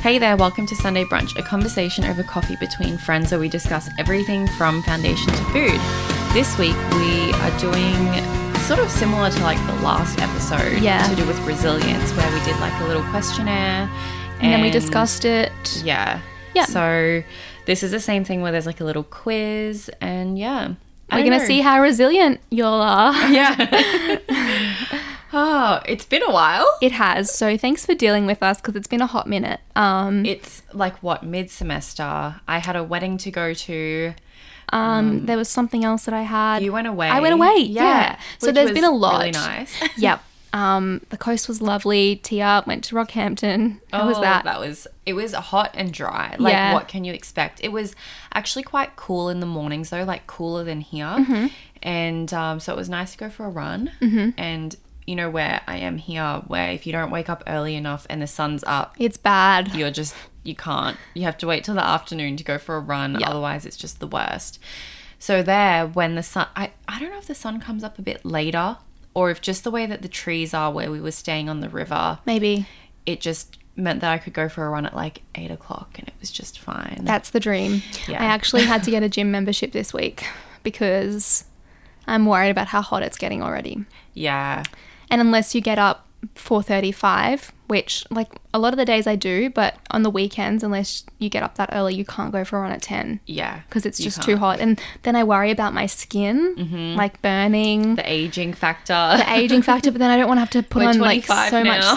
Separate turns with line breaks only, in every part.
Hey there, welcome to Sunday Brunch, a conversation over coffee between friends where we discuss everything from foundation to food. This week we are doing sort of similar to like the last episode
Yeah.
to do with resilience, where we did like a little questionnaire and,
and then we discussed it.
Yeah.
Yeah.
So this is the same thing where there's like a little quiz and yeah. I
We're
don't
gonna
know.
see how resilient y'all are.
Yeah. oh, it's been a while.
It has. So thanks for dealing with us because it's been a hot minute. Um,
It's like what mid semester. I had a wedding to go to.
um, there was something else that I had.
You went away.
I went away. Yeah. So
Which
there's
was
been a lot.
Really nice.
yep. Um, the coast was lovely. Tia went to Rockhampton. How was
Oh,
that?
That was it was hot and dry. Like
Yeah.
what can you expect? It was actually quite cool in the mornings though, like cooler than here.
Mm-hmm.
And um, so it was nice to go for a run. And you know where I am here, where if you don't wake up early enough and the sun's up,
It's bad.
you're just you can't. You have to wait till the afternoon to go for a run. Otherwise, it's just the worst. So there, when the sun, I I don't know if the sun comes up a bit later or if just the way that the trees are where we were staying on the river
Maybe
it just meant that I could go for a run at like eight o'clock and it was just fine.
that's the dream.
Yeah.
I actually had to get a gym membership this week because I'm worried about how hot it's getting already.
yeah.
and unless you get up 4.35 which like a lot of the days i do but on the weekends unless you get up that early you can't go for a run at 10
Yeah.
because it's
You
just
can't. Mm-hmm.
too hot and then i worry about my skin like burning
The aging factor.
the aging factor but then i don't want to have to put
We're
on like so
25
much
now.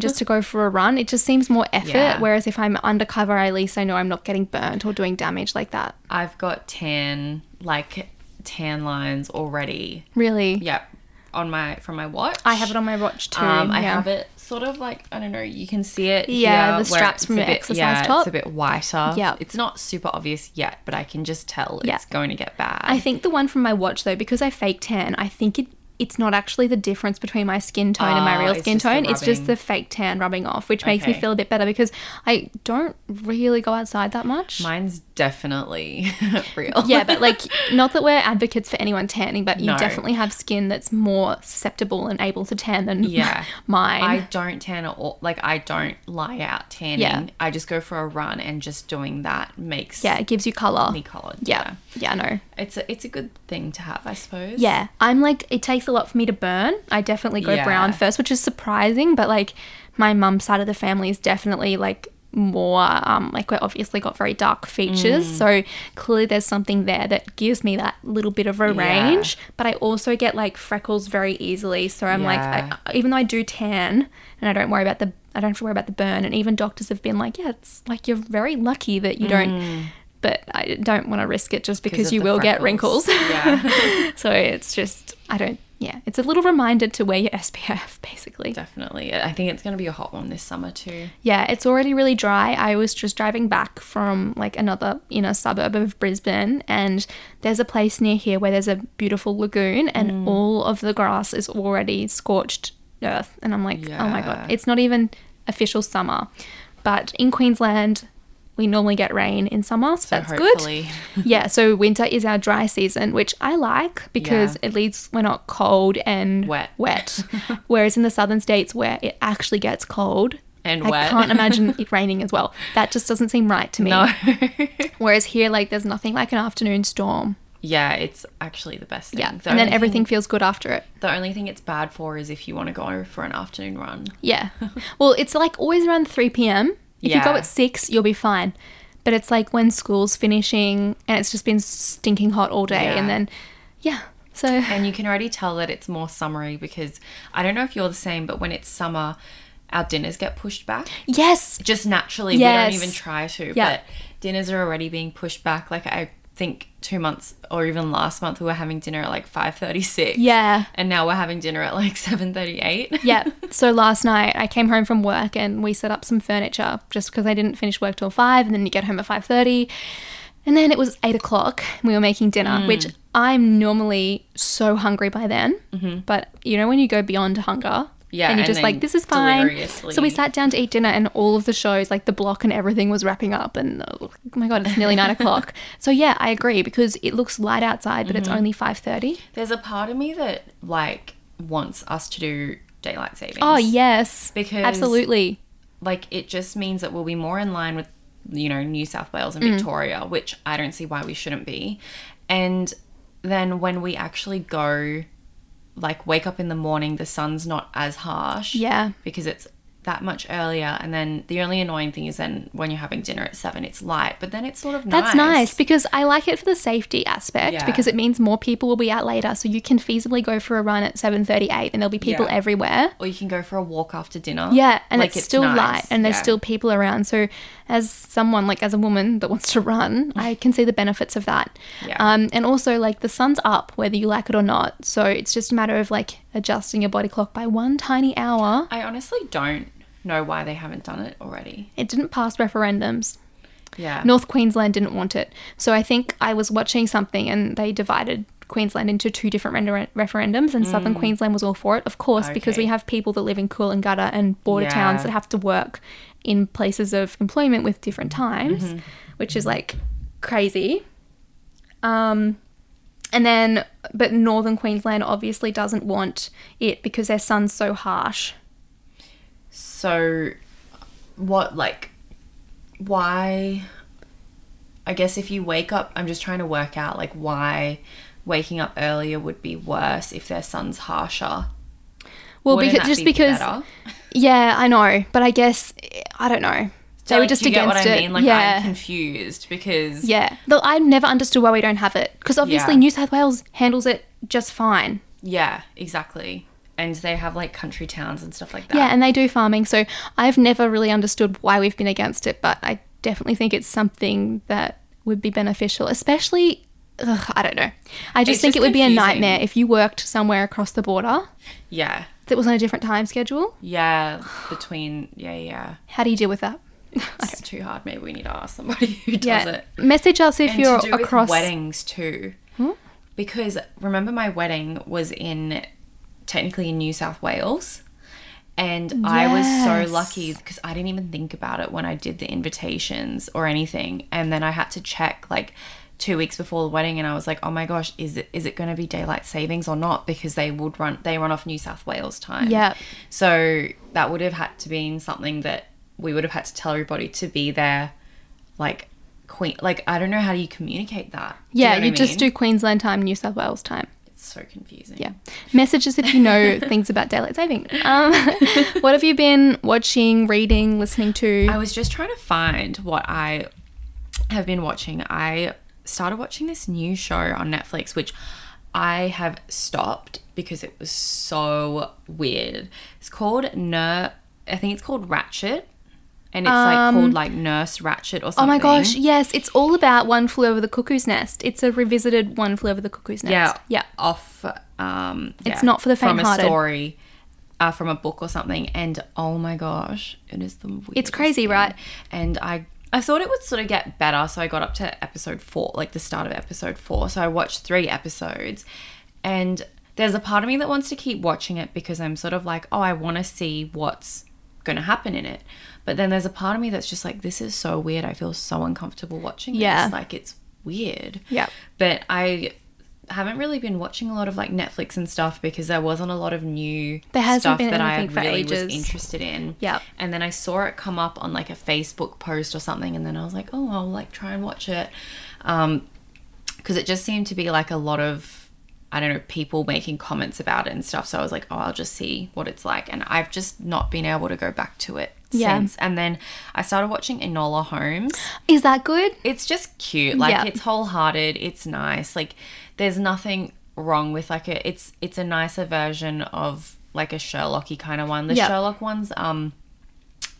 just to go for a run it just seems more effort
Yeah.
whereas if i'm undercover at least i know i'm not getting burnt or doing damage like that
I've got tan, like tan lines already.
really
Yep. On my, from my watch.
i have it on my watch too
Um, I
yeah.
have it sort of like I don't know. You can see it.
Yeah,
here
the
where
straps
it's
from
a
your
bit-
exercise
yeah,
top.
It's a bit whiter.
Yeah.
it's not super obvious yet, but I can just tell
Yeah.
it's going to get bad.
I think the one from my watch though, because I fake tan, I think it it's not actually the difference between my skin tone and my
Ah,
real
it's
skin
just the
tone. It's just
rubbing.
the fake tan rubbing off, which makes me
Okay.
feel a bit better because I don't really go outside that much.
Mine's definitely real.
yeah, but like, not that we're advocates for anyone tanning, but you
No.
definitely have skin that's more susceptible and able to tan than
Yeah.
mine.
I don't tan at all. Like I don't lie out tanning.
Yeah.
I just go for a run, and just doing that makes
yeah, it gives you color.
me coloured.
yeah, yeah, I know.
it's a it's a good thing to have, I suppose.
Yeah, I'm like it takes a lot for me to burn. I definitely go
Yeah.
brown first, which is surprising, but like my mum's side of the family is definitely like more um like we're obviously got very dark features
Mm.
so clearly there's something there that gives me that little bit of
Yeah.
a range but i also get like freckles very easily so i'm
Yeah.
like I, even though i do tan and i don't worry about the i don't have to worry about the burn and even doctors have been like yeah it's like you're very lucky that you don't but i don't want to risk it just because
Mm. of
you
the
will get
freckles.
wrinkles
yeah,
so it's just, I don't, yeah, it's a little reminder to wear your SPF basically.
definitely. I think it's gonna be a hot one this summer too.
Yeah, it's already really dry. I was just driving back from like another inner suburb of Brisbane, and there's a place near here where there's a beautiful lagoon, and
Mm.
all of the grass is already scorched earth. And I'm like, oh my
Yeah.
God, it's not even official summer. But in Queensland, we normally get rain in summer, so, that's good.
Hopefully.
yeah, so winter is our dry season, which I like because
Yeah.
at least we're not cold and
Wet.
Wet. Whereas in the southern states where it actually gets cold
And
I
wet.
can't imagine it raining as well. That just doesn't seem right to me.
No.
Whereas here, like, there's nothing like an afternoon storm.
yeah, it's actually the best thing.
Yeah,
The
and then
only
everything
Thing,
feels good after it.
the only thing it's bad for is if you want to go for an afternoon run.
Yeah. well, it's like always around 3 p.m. If you go
Yeah.
at 6, you'll be fine. But it's like when school's finishing and it's just been stinking hot all day.
Yeah.
And then, yeah. So,
And you can already tell that it's more summery because I don't know if you're the same, but when it's summer, our dinners get pushed back.
yes,
just naturally we
Yes.
don't even try to
Yeah.
but dinners are already being pushed back like i think two months or even last month we were having dinner at like 5.36
Yeah.
and now we're having dinner at like 7.38
yeah. So last night I came home from work and we set up some furniture just because I didn't finish work till five, and then you get home at five thirty, and then it was eight o'clock. And we were making dinner,
Mm.
which I'm normally so hungry by then, but you know when you go beyond hunger.
Mm-hmm. Yeah,
and you're
and
just like,
then
this is fine.
deliriously-
So we sat down to eat dinner, and all of the shows, like the block and everything, was wrapping up. And oh my god, it's nearly nine o'clock. So yeah, I agree because it looks light outside, but it's
Mm-hmm.
only five thirty.
there's a part of me that like wants us to do daylight savings
Oh yes,
Because-
absolutely.
like it just means that we'll be more in line with you know New South Wales
Mm.
and Victoria, which I don't see why we shouldn't be. And then when we actually go like wake up in the morning, the sun's not as harsh.
Yeah.
Because it's that much earlier and then the only annoying thing is then when you're having dinner at 7 it's light, but then it's sort of
That's nice because I like it for the safety aspect
Yeah.
because it means more people will be out later, so you can feasibly go for a run at seven thirty-eight, and there'll be people
Yeah.
everywhere.
Or you can go for a walk after dinner.
Yeah, and
Like,
it's, still
nice.
light, and there's
Yeah.
still people around. So, as someone like as a woman that wants to run, I can see the benefits of that.
Yeah.
Um, and also like the sun's up, whether you like it or not. So it's just a matter of like adjusting your body clock by one tiny hour.
I honestly don't know why they haven't done it already.
It didn't pass referendums.
Yeah.
North Queensland didn't want it. So I think I was watching something and they divided Queensland into two different render- referendums and Southern Queensland was all for it, of course, because we
Mm. Okay.
have people that live in Coolangatta and border
Yeah.
towns that have to work in places of employment with different times,
Mm-hmm.
which is like crazy. Um and then but Northern Queensland obviously doesn't want it because their sun's so harsh.
So, what, like, why? I guess if you wake up, I'm just trying to work out, like, why waking up earlier would be worse if their sun's harsher.
Well,
Wouldn't
because
that
just
be
because
better?
Yeah, I know, but I guess I don't know.
So,
they were
like,
just
do you
against
get what I
it.
mean? Like,
yeah,
I'm confused because.
yeah. Though I never understood why we don't have it because obviously
Yeah.
New South Wales handles it just fine.
Yeah, exactly. And they have, like, country towns and stuff like that.
Yeah, and they do farming, so I've never really understood why we've been against it. But I definitely think it's something that would be beneficial, especially. Ugh, I don't know. I just
It's
think
just
it would be a
confusing.
nightmare if you worked somewhere across the border
Yeah.
that was on a different time schedule.
Yeah. Between. Yeah, yeah.
How do you deal with that?
It's too hard. Maybe we need to ask somebody who does
yeah,
it.
message us if
and
you're
to do
across. Hmm?
with weddings too. Because remember, my wedding was in technically in New South Wales, and I was
Yes.
so lucky because I didn't even think about it when I did the invitations or anything, and then I had to check like two weeks before the wedding, and I was like, oh my gosh, is it is it going to be daylight savings or not? Because they would run they run off New South Wales time.
Yeah.
So that would have had to been something that we would have had to tell everybody to be there, like queen. Like I don't know how do you communicate that. Do
Yeah,
know
you,
what I
just
mean?
do Queensland time, New South Wales time.
It's so confusing.
Yeah. Message us if you know things about daylight saving. Um, what have you been watching, reading, listening to?
I was just trying to find what I have been watching. I started watching this new show on Netflix, which I have stopped because it was so weird. It's called Nur. I think it's called Ratchet, and it's like called like Nurse Ratchet or something.
Um, oh my gosh, yes, it's all about One Flew Over the Cuckoo's Nest. It's a revisited One Flew Over the Cuckoo's Nest.
Yeah.
Yeah.
Off. Um,
It's
yeah,
not for the
From
faint-hearted.
a story, uh, from a book or something. And oh my gosh, it is the weirdest
It's crazy,
thing.
right?
And I. I thought it would sort of get better, so I got up to episode four, like the start of episode four. So I watched three episodes, and there's a part of me that wants to keep watching it because I'm sort of like, oh, I want to see what's going to happen in it. But then there's a part of me that's just like, this is so weird. I feel so uncomfortable watching this.
Yeah.
Like it's weird.
Yep.
But I haven't really been watching a lot of like Netflix and stuff because there wasn't a lot of new
There hasn't
stuff
been
that I
anything for
really
ages.
was interested in.
Yep.
And then I saw it come up on like a Facebook post or something, and then I was like, oh, I'll like try and watch it, because it just seemed to be like a lot of I don't know people making comments about it and stuff. So I was like, oh, I'll just see what it's like, and I've just not been able to go back to it
Yeah.
since. And then I started watching Enola Holmes
Is that good?
it's just cute like
Yeah.
it's wholehearted it's nice like there's nothing wrong with like a it's it's a nicer version of like a sherlocky kind of one the
Yeah.
sherlock ones um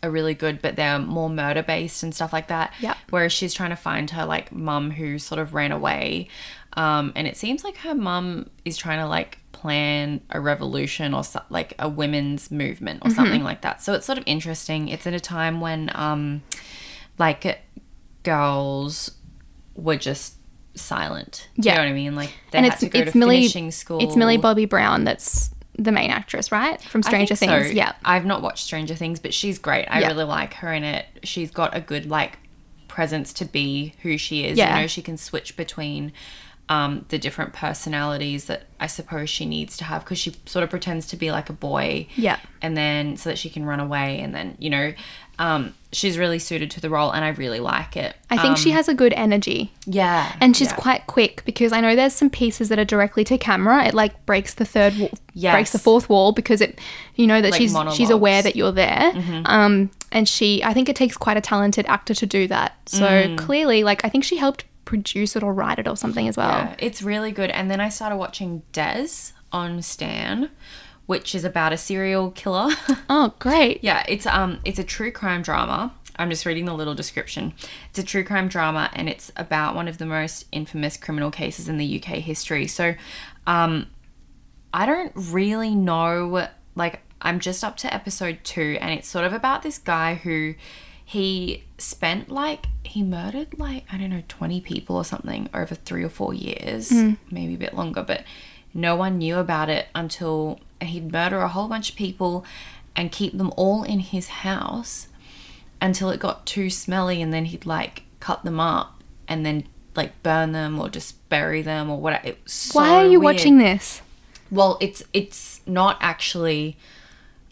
are really good but they're more murder based and stuff like that
Yeah.
whereas she's trying to find her like mum who sort of ran away um and it seems like her mum is trying to like plan a revolution or so, like a women's movement
Mm-hmm.
or something like that so it's sort of interesting it's at a time when um like girls were just silent. Do
Yeah.
You know what I mean? Like they
And
had
it's
to go
it's
to
Millie
finishing school.
It's Millie Bobby Brown that's the main actress, right? From
I think
Stranger Things.
so.
Yeah.
I've not watched Stranger Things, but she's great. I
Yeah.
really like her in it. She's got a good like presence to be who she is.
Yeah.
You know, she can switch between um, the different personalities that I suppose she needs to have because she sort of pretends to be like a boy.
Yeah.
And then so that she can run away and then, you know, Um, she's really suited to the role, and I really like it.
I think
Um,
she has a good energy.
Yeah,
And she's
yeah.
quite quick because I know there's some pieces that are directly to camera. It like breaks the third, wall, breaks the
Yes.
fourth wall because it, you know, that
Like
she's she's
monologues. Mm-hmm.
aware that you're there. Um, and she, I think it takes quite a talented actor to do that. So
Mm.
clearly, like I think she helped produce it or write it or something as well.
Yeah, it's really good. And then I started watching Des on Stan, which is about a serial killer.
Oh, great!
yeah, it's um it's a true crime drama. I'm just reading the little description. It's a true crime drama and it's about one of the most infamous criminal cases in the UK history. So um I don't really know like I'm just up to episode 2 and it's sort of about this guy who he spent like he murdered like I don't know 20 people or something over 3 or 4 years,
Mm-hmm.
maybe a bit longer, but no one knew about it until he'd murder a whole bunch of people and keep them all in his house until it got too smelly and then he'd like cut them up and then like burn them or just bury them or whatever. It was so
Why are you
weird.
watching this?
Well, it's it's not actually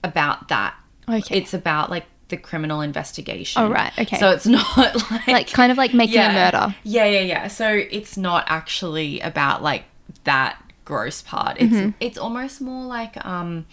about that.
Okay.
It's about like the criminal investigation.
Oh, right, okay.
So it's not like
Like kind of like making a murder.
Yeah, yeah, yeah. So it's not actually about like that gross part. It's
Mm-hmm.
it's almost more like um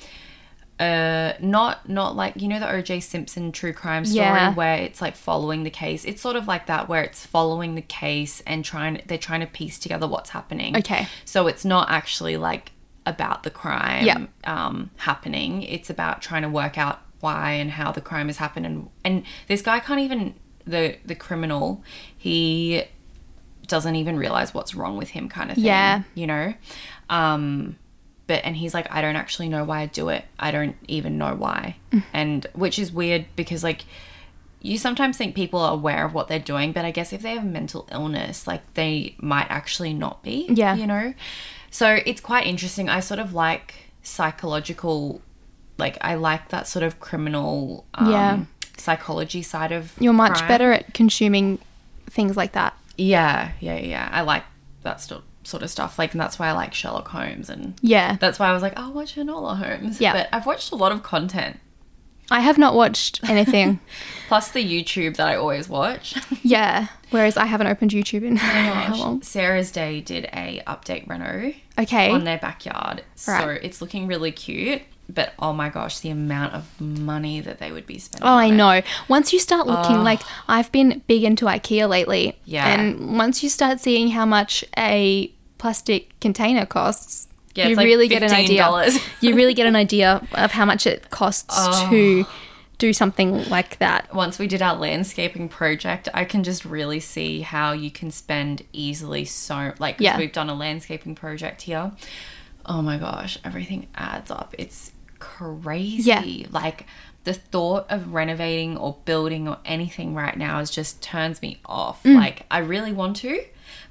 uh not not like you know the OJ Simpson true crime story
Yeah.
where it's like following the case. It's sort of like that where it's following the case and trying they're trying to piece together what's happening.
Okay.
So it's not actually like about the crime
Yeah.
um, happening. It's about trying to work out why and how the crime has happened. And and this guy can't even the the criminal. He doesn't even realize what's wrong with him, kind of thing.
Yeah.
You know. Um, but and he's like, I don't actually know why I do it. I don't even know why.
Mm.
And which is weird because like. You sometimes think people are aware of what they're doing, but I guess if they have a mental illness, like they might actually not be.
Yeah.
You know? So it's quite interesting. I sort of like psychological, like, I like that sort of criminal um,
Yeah.
psychology side of.
You're much
crime.
better at consuming things like that.
Yeah, yeah, yeah. I like that sto- sort of stuff. Like, and that's why I like Sherlock Holmes. And
Yeah,
that's why I was like, I'll watch Enola Holmes.
Yeah.
But I've watched a lot of content,
I have not watched anything.
plus the YouTube that I always watch.
yeah, whereas I haven't opened YouTube
Oh
in Oh, how long?
Sarah's Day did a update reno
Okay.
on their backyard. So
Right.
it's looking really cute. But oh my gosh, the amount of money that they would be spending.
Oh,
on
I
it.
know. Once you start looking, like I've been big into IKEA lately.
Oh. Yeah.
And once you start seeing how much a plastic container costs,
Yeah,
you
it's like
really get an idea.
$15.
you really get an idea of how much it costs to
Oh.
do something like that.
Once we did our landscaping project, I can just really see how you can spend easily so like 'cause
Yeah.
we've done a landscaping project here. Oh my gosh, everything adds up. It's crazy. Like the thought of renovating or building or anything right now is just turns me off.
Mm.
Like I really want to,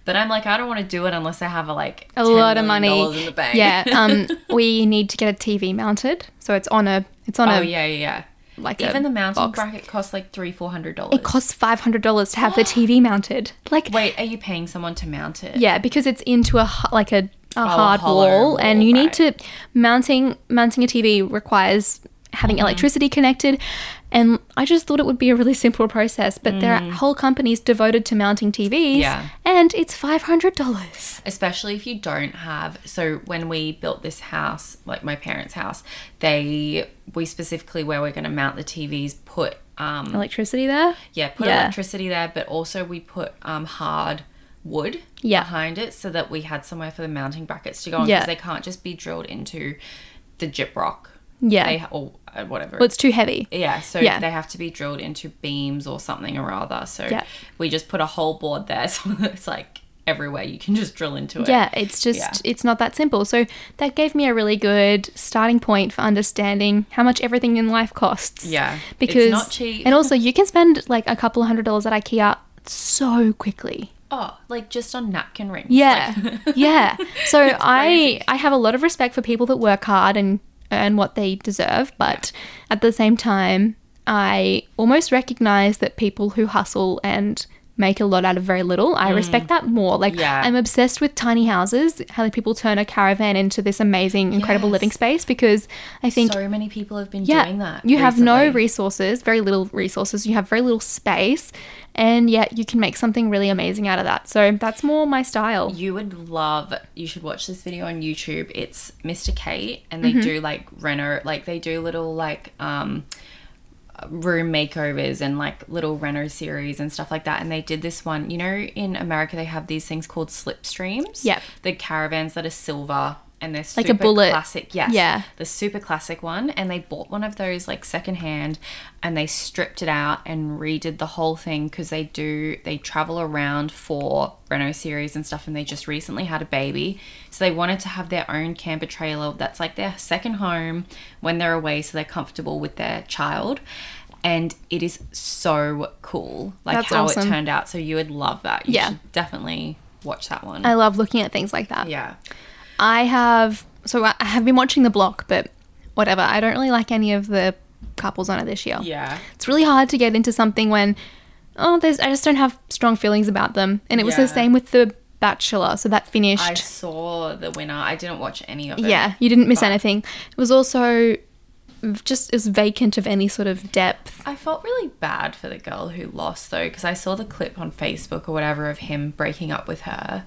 but I'm like I don't want to do it unless I have a like
A
$10
lot of
million
money.
in the bank.
Yeah. Um, we need to get a TV mounted, so it's on a it's on
oh
a
yeah, yeah, yeah.
Um, like
Even
a
the mounting
box.
bracket costs like three, four hundred dollars.
It costs five hundred dollars to have the TV mounted. Like
Wait, are you paying someone to mount it?
Yeah, because it's into a h- like a, a hard
Oh, hollow
wall,
wall,
and you need to
right.
mounting mounting a TV requires having
Mm-hmm.
electricity connected. And I just thought it would be a really simple process, but there are whole companies devoted to mounting TVs,
Mm. Yeah.
and it's five hundred dollars.
especially if you don't have so when we built this house like my parents house they we specifically where we're going to mount the tvs put um
Electricity there,
yeah put
Yeah.
electricity there but also we put um hard wood
Yeah.
behind it so that we had somewhere for the mounting brackets to go on because
Yeah.
they can't just be drilled into the gyprock. rock
yeah,
they or uh, whatever
well, it's too heavy.
yeah, so
Yeah.
they have to be drilled into beams or something or other. So
Yeah.
we just put a whole board there, so it's like everywhere you can just drill into it.
Yeah, it's just
Yeah.
it's not that simple. So that gave me a really good starting point for understanding how much everything in life costs.
Yeah. It's
because
not cheap.
and also you can spend like a couple of hundred dollars at IKEA so quickly.
Oh, like just on napkin rings.
Yeah,
Like-
yeah. So I I have a lot of respect for people that work hard and earn what they deserve, but at the same time, I almost recognize that people who hustle and make a lot out of very little. I respect that more. Like
Mm. Yeah.
I'm obsessed with tiny houses, how the people turn a caravan into this amazing, incredible
Yes.
living space because I think
so many people have been doing that.
you have no
recently.
resources, very little resources. You have very little space, and yet you can make something really amazing out of that. So that's more my style.
You would love. You should watch this video on YouTube. It's Mr. Kate, and
Mm-hmm.
they do like reno, like they do little like um room makeovers and like little reno series and stuff like that. And they did this one. You know, in America they have these things called slipstreams.
Yep.
The caravans that are silver. And they're
Like
super
a bullet.
classic, yes,
Yeah.
the super classic one. And they bought one of those like secondhand, and they stripped it out and redid the whole thing because they do they travel around for Renault series and stuff, and they just recently had a baby, so they wanted to have their own camper trailer that's like their second home when they're away, so they're comfortable with their child. And it is so cool, like
That's
how
awesome.
it turned out. So you would love that. You
Yeah.
should definitely watch that one.
I love looking at things like that.
yeah.
I have so I I have been watching The Block, but whatever. I don't really like any of the couples on it this year.
Yeah.
It's really hard to get into something when oh, there's I just don't have strong feelings about them. And it was the
Yeah.
same with The Bachelor, so that finished.
I saw the winner. I didn't watch any of it.
Yeah, you didn't miss
but-
anything. It was also just it was vacant of any sort of depth.
I felt really bad for the girl who lost though, because I saw the clip on Facebook or whatever of him breaking up with her,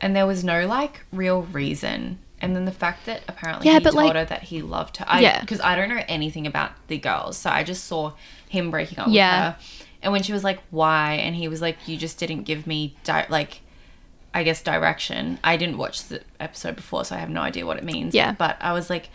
and there was no like real reason. And then the fact that apparently
Yeah,
he
but,
told
like-
her that he loved her, I,
Yeah.
because I don't know anything about the girls, so I just saw him breaking up
Yeah.
with her. And when she was like, "Why?" and he was like, "You just didn't give me di- like, I guess direction." I didn't watch the episode before, so I have no idea what it means.
Yeah.
but I was like.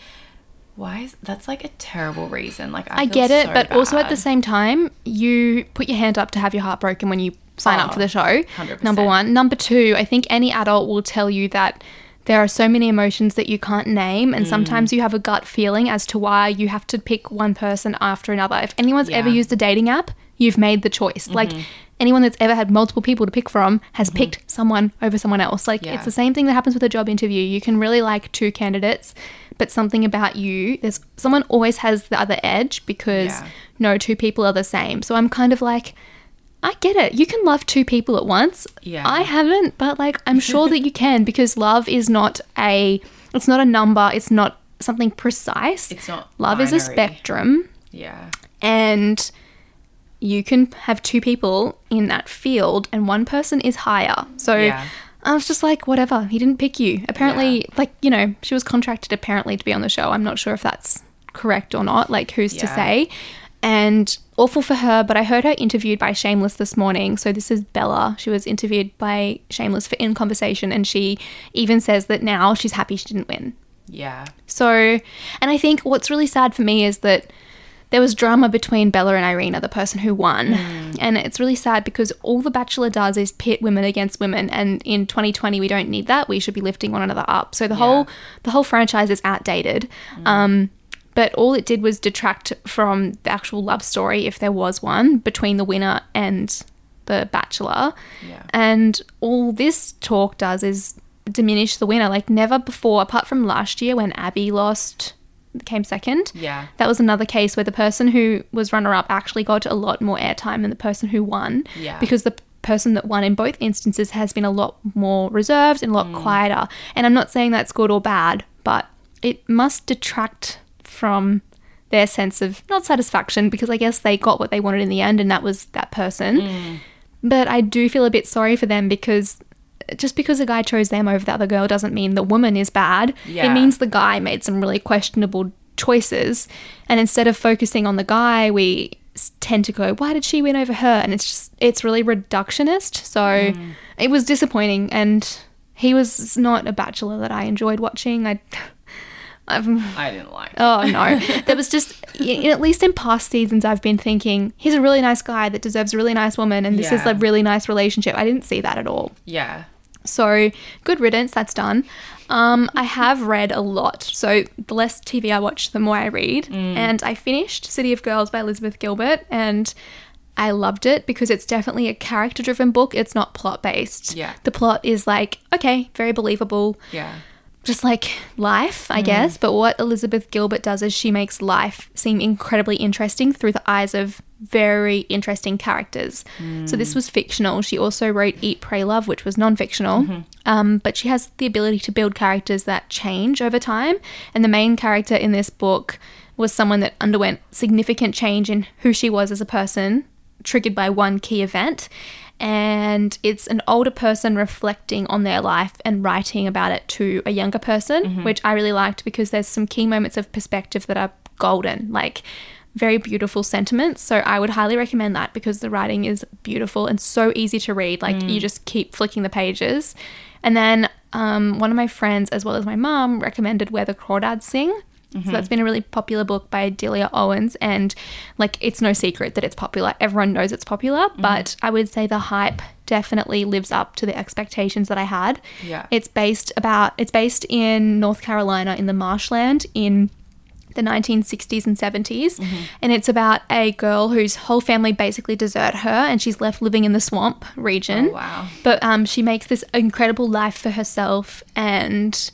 Why is that's like a terrible reason? Like I,
I
feel
get it,
so
but also at the
bad.
same time, you put your hand up to have your heart broken when you sign up
Oh,
for the show.
100%.
Number one. Number two, I think any adult will tell you that there are so many emotions that you can't name,
Mm.
and sometimes you have a gut feeling as to why you have to pick one person after another. If anyone's ever
Yeah.
used a dating app, you've made the choice. Like
Mm-hmm.
anyone that's ever had multiple people to pick from has picked someone over someone else. Like
Yeah.
it's the same thing that happens with a job interview. You can really like two candidates, but something about you, there's someone always has the other edge because
Yeah.
no two people are the same. So I'm kind of like, I get it. You can love two people at once.
Yeah.
I haven't, but like I'm sure that you can because love is not a it's not a number, it's not something precise.
It's not
love is a
binary.
spectrum
yeah.
and you can have two people in that field and one person is higher. So
Yeah.
I was just like, whatever, he didn't pick you. Apparently,
Yeah.
like, you know, she was contracted apparently to be on the show. I'm not sure if that's correct or not, like, who's to
Yeah.
say? And awful for her, but I heard her interviewed by Shameless this morning. So this is Bella. She was interviewed by Shameless for In Conversation, and she even says that now she's happy she didn't win.
Yeah.
So, and I think what's really sad for me is that there was drama between Bella and Irina, the person who won. And it's really sad because all The Bachelor does is pit women against women. And in 2020, we don't need that. We should be lifting one another up. So the whole the whole franchise is outdated. Um, but all it did was detract from the actual love story, if there was one, between the winner and the Bachelor.
Yeah.
And all this talk does is diminish the winner. Like never before, apart from last year when Abby lost, came second.
Yeah.
That was another case where the person who was runner up actually got a lot more airtime than the person who won.
Yeah.
Because the person that won in both instances has been a lot more reserved and a lot quieter. And I'm not saying that's good or bad, but it must detract from their sense of not satisfaction because I guess they got what they wanted in the end and that was that person. But I do feel a bit sorry for them because just because a guy chose them over the other girl doesn't mean the woman is bad. It
Yeah.
means the guy made some really questionable choices. And instead of focusing on the guy, we s- tend to go, why did she win over her? And it's just, it's really reductionist. So it was disappointing. And he was not a bachelor that I enjoyed watching. I. I've,
I didn't like. it.
Oh no, there was just y- at least in past seasons I've been thinking he's a really nice guy that deserves a really nice woman, and this is
Yeah.
a really nice relationship. I didn't see that at all.
Yeah.
So good riddance, that's done. Um, I have read a lot, so the less TV I watch, the more I read,
Mm.
and I finished City of Girls by Elizabeth Gilbert, and. I loved it because it's definitely a character driven book. It's not plot based.
Yeah.
The plot is like, okay, very believable
Yeah.
just like life, I guess. But what Elizabeth Gilbert does is she makes life seem incredibly interesting through the eyes of very interesting characters. So this was fictional. She also wrote Eat, Pray, Love, which was non fictional. Um, but she has the ability to build characters that change over time. And the main character in this book was someone that underwent significant change in who she was as a person, triggered by one key event. And it's an older person reflecting on their life and writing about it to a younger person, which I really liked because there's some key moments of perspective that are golden, like very beautiful sentiments. So I would highly recommend that because the writing is beautiful and so easy to read. Like you just keep flicking the pages. And then um, one of my friends, as well as my mum, recommended Where the Crawdads Sing. So that's been a really popular book by Delia Owens, and like it's no secret that it's popular. Everyone knows it's popular,
Mm-hmm.
but I would say the hype definitely lives up to the expectations that I had.
Yeah.
it's based about it's based in North Carolina in the marshland in the 1960s and 70s
Mm-hmm.
and it's about a girl whose whole family basically desert her and she's left living in the swamp region
Oh, wow.
but um, she makes this incredible life for herself and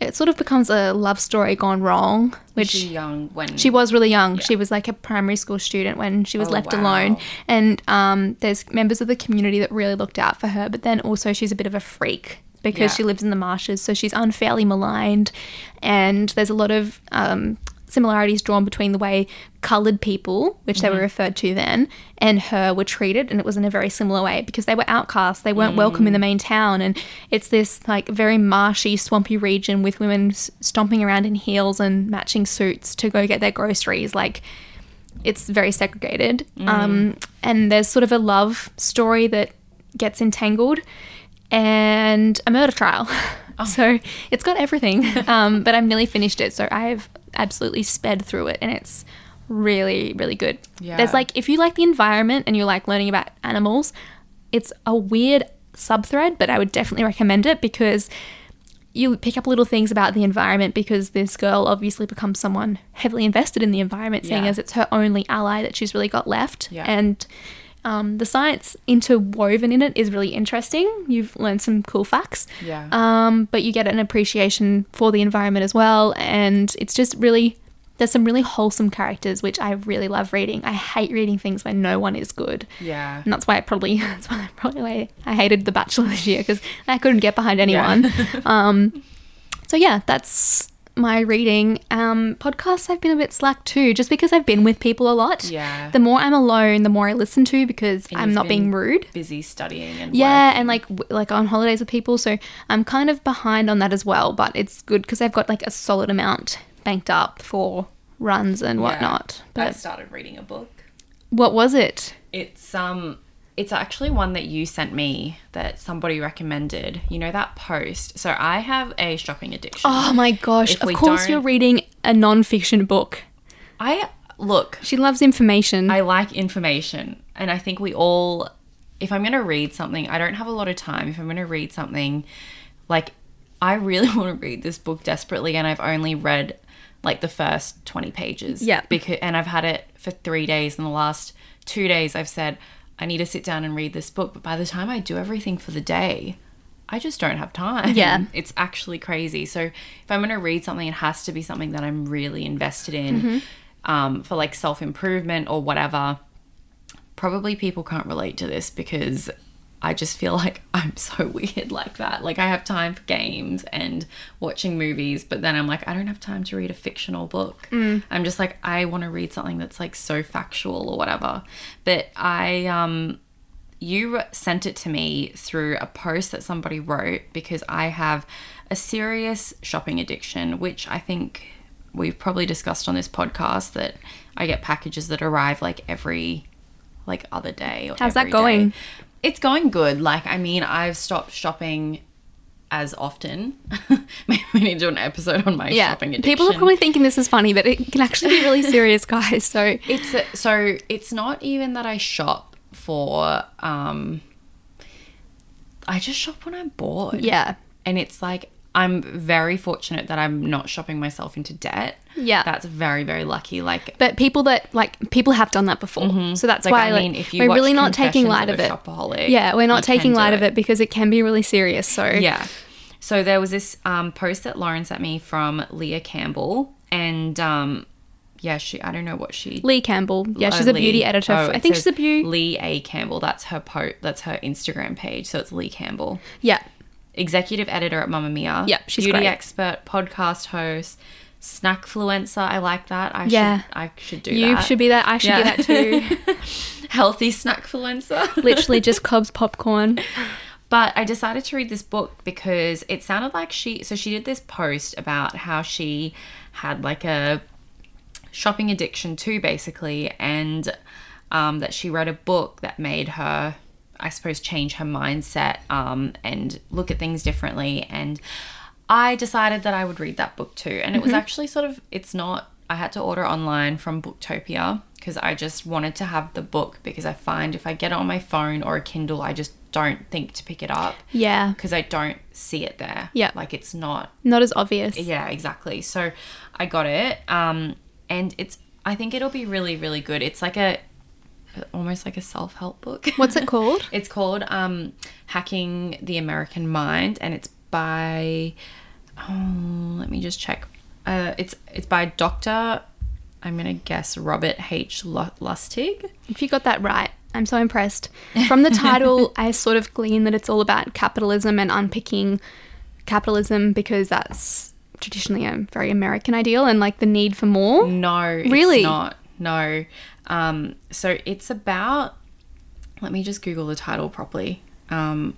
it sort of becomes a love story gone wrong which
She young when
she was really young. She was like a primary school student when she was
Oh,
left
wow.
alone. And um, there's members of the community that really looked out for her. But then also, she's a bit of a freak because
Yeah.
she lives in the marshes. So she's unfairly maligned. And there's a lot of um, similarities drawn between the way coloured people, which they were referred to then, and her were treated. And it was in a very similar way because they were outcasts. They weren't welcome in the main town. And it's this like very marshy, swampy region with women s- stomping around in heels and matching suits to go get their groceries. Like, it's very segregated.
Mm.
Um, and there's sort of a love story that gets entangled and a murder trial.
Oh.
So it's got everything. Um, but I've nearly finished it. So I've absolutely sped through it and it's really, really good.
Yeah.
There's like, if you like the environment and you like learning about animals, it's a weird sub thread, but I would definitely recommend it because you pick up little things about the environment because this girl obviously becomes someone heavily invested in the environment, seeing
Yeah.
as it's her only ally that she's really got left.
Yeah.
And um, the science interwoven in it is really interesting. You've learned some cool facts.
Yeah.
Um, but you get an appreciation for the environment as well. And it's just really, there's some really wholesome characters, which I really love reading. I hate reading things where no one is good.
yeah
And that's why I probably that's why I probably why I hated The Bachelor this year because I couldn't get behind anyone. um, so yeah, that's my reading. Um, podcasts I've been a bit slack too, just because I've been with people a lot.
Yeah.
The more I'm alone, the more I listen to because I'm
you've
not being
been-
rude.
busy studying and
Yeah, and like w- like on holidays with people, so I'm kind of behind on that as well. But it's good because I've got like a solid amount banked up for runs and
work.
whatnot.
Yeah. I
But
started reading a book.
what was it?
It's um it's actually one that you sent me that somebody recommended. You know that post. So I have a shopping addiction.
Oh my gosh!
If
of
we
course,
don't-
you're reading a non-fiction book.
I look,
She loves information.
I like information and I think we all if I'm going to read something, I don't have a lot of time. If I'm going to read something like I really want to read this book desperately and I've only read like the first 20 pages.
Yeah.
Because and I've had it for 3 days and the last 2 days I've said I need to sit down and read this book, but by the time I do everything for the day, I just don't have time.
Yeah.
It's actually crazy. So if I'm going to read something, it has to be something that I'm really invested in um, for like self improvement or whatever. Probably people can't relate to this because I just feel like I'm so weird like that. Like I have time for games and watching movies, but then I'm like, I don't have time to read a fictional book. I'm just like, I want to read something that's like so factual or whatever. But I, um, you sent it to me through a post that somebody wrote because I have a serious shopping addiction, which I think we've probably discussed on this podcast that I get packages that arrive like every like other day. Or
How's that
every
going?
day. It's going good. Like I mean, I've stopped shopping as often. Maybe we need to do an episode on my
yeah,
shopping addiction.
people are probably thinking this is funny, but it can actually be really serious, guys. So
it's a, so it's not even that I shop for um I just shop when I'm bored.
yeah,
And it's like I'm very fortunate that I'm not shopping myself into debt.
Yeah.
That's very very lucky like
but people that like people have done that before, so that's
Mm-hmm. like,
why
I
like
mean, if you
we're
watch
really not taking
Confessions
light
of
of
a
it.
Shopaholic,
Yeah, we're
you
not
can
taking
do
light
it.
of it because it can be really serious. So
Yeah. So there was this um, post that Lauren sent me from Leah Campbell, and um, yeah, she I don't know what she
Lee Campbell. Yeah, she's a
Lee.
beauty editor.
Oh,
for, I
it
think
says
she's a beauty.
Lee A Campbell. That's her po- That's her Instagram page. So it's Lee Campbell,
Yeah.
executive editor at Mamma Mia.
Yep, she's
beauty
great.
expert, podcast host, snackfluencer. I like that. I
Yeah.
should, I should do
You
that.
should be that. I should
Yeah.
be that too.
Healthy snackfluencer.
Literally just Cobb's popcorn.
But I decided to read this book because it sounded like she. So she did this post about how she had like a shopping addiction too, basically, and um, that she read a book that made her, I suppose, change her mindset um, and look at things differently. And I decided that I would read that book too. And it was actually sort of, it's not, I had to order online from Booktopia because I just wanted to have the book because I find if I get it on my phone or a Kindle, I just don't think to pick it up
Yeah.
because I don't see it there.
Yeah.
Like it's not
Not as obvious.
yeah, exactly. So I got it. Um, and it's I think it'll be really, really good. It's like a almost like a self help book.
What's it called?
It's called um, Hacking the American Mind, and it's by oh, let me just check. Uh, it's it's by Doctor. I'm gonna guess Robert H. Lu- Lustig.
If you got that right, I'm so impressed. From the title, I sort of glean that it's all about capitalism and unpicking capitalism because that's traditionally a very American ideal and like the need for more.
No, it's
Really?
not. No. Um, so it's about. Let me just Google the title properly. Um,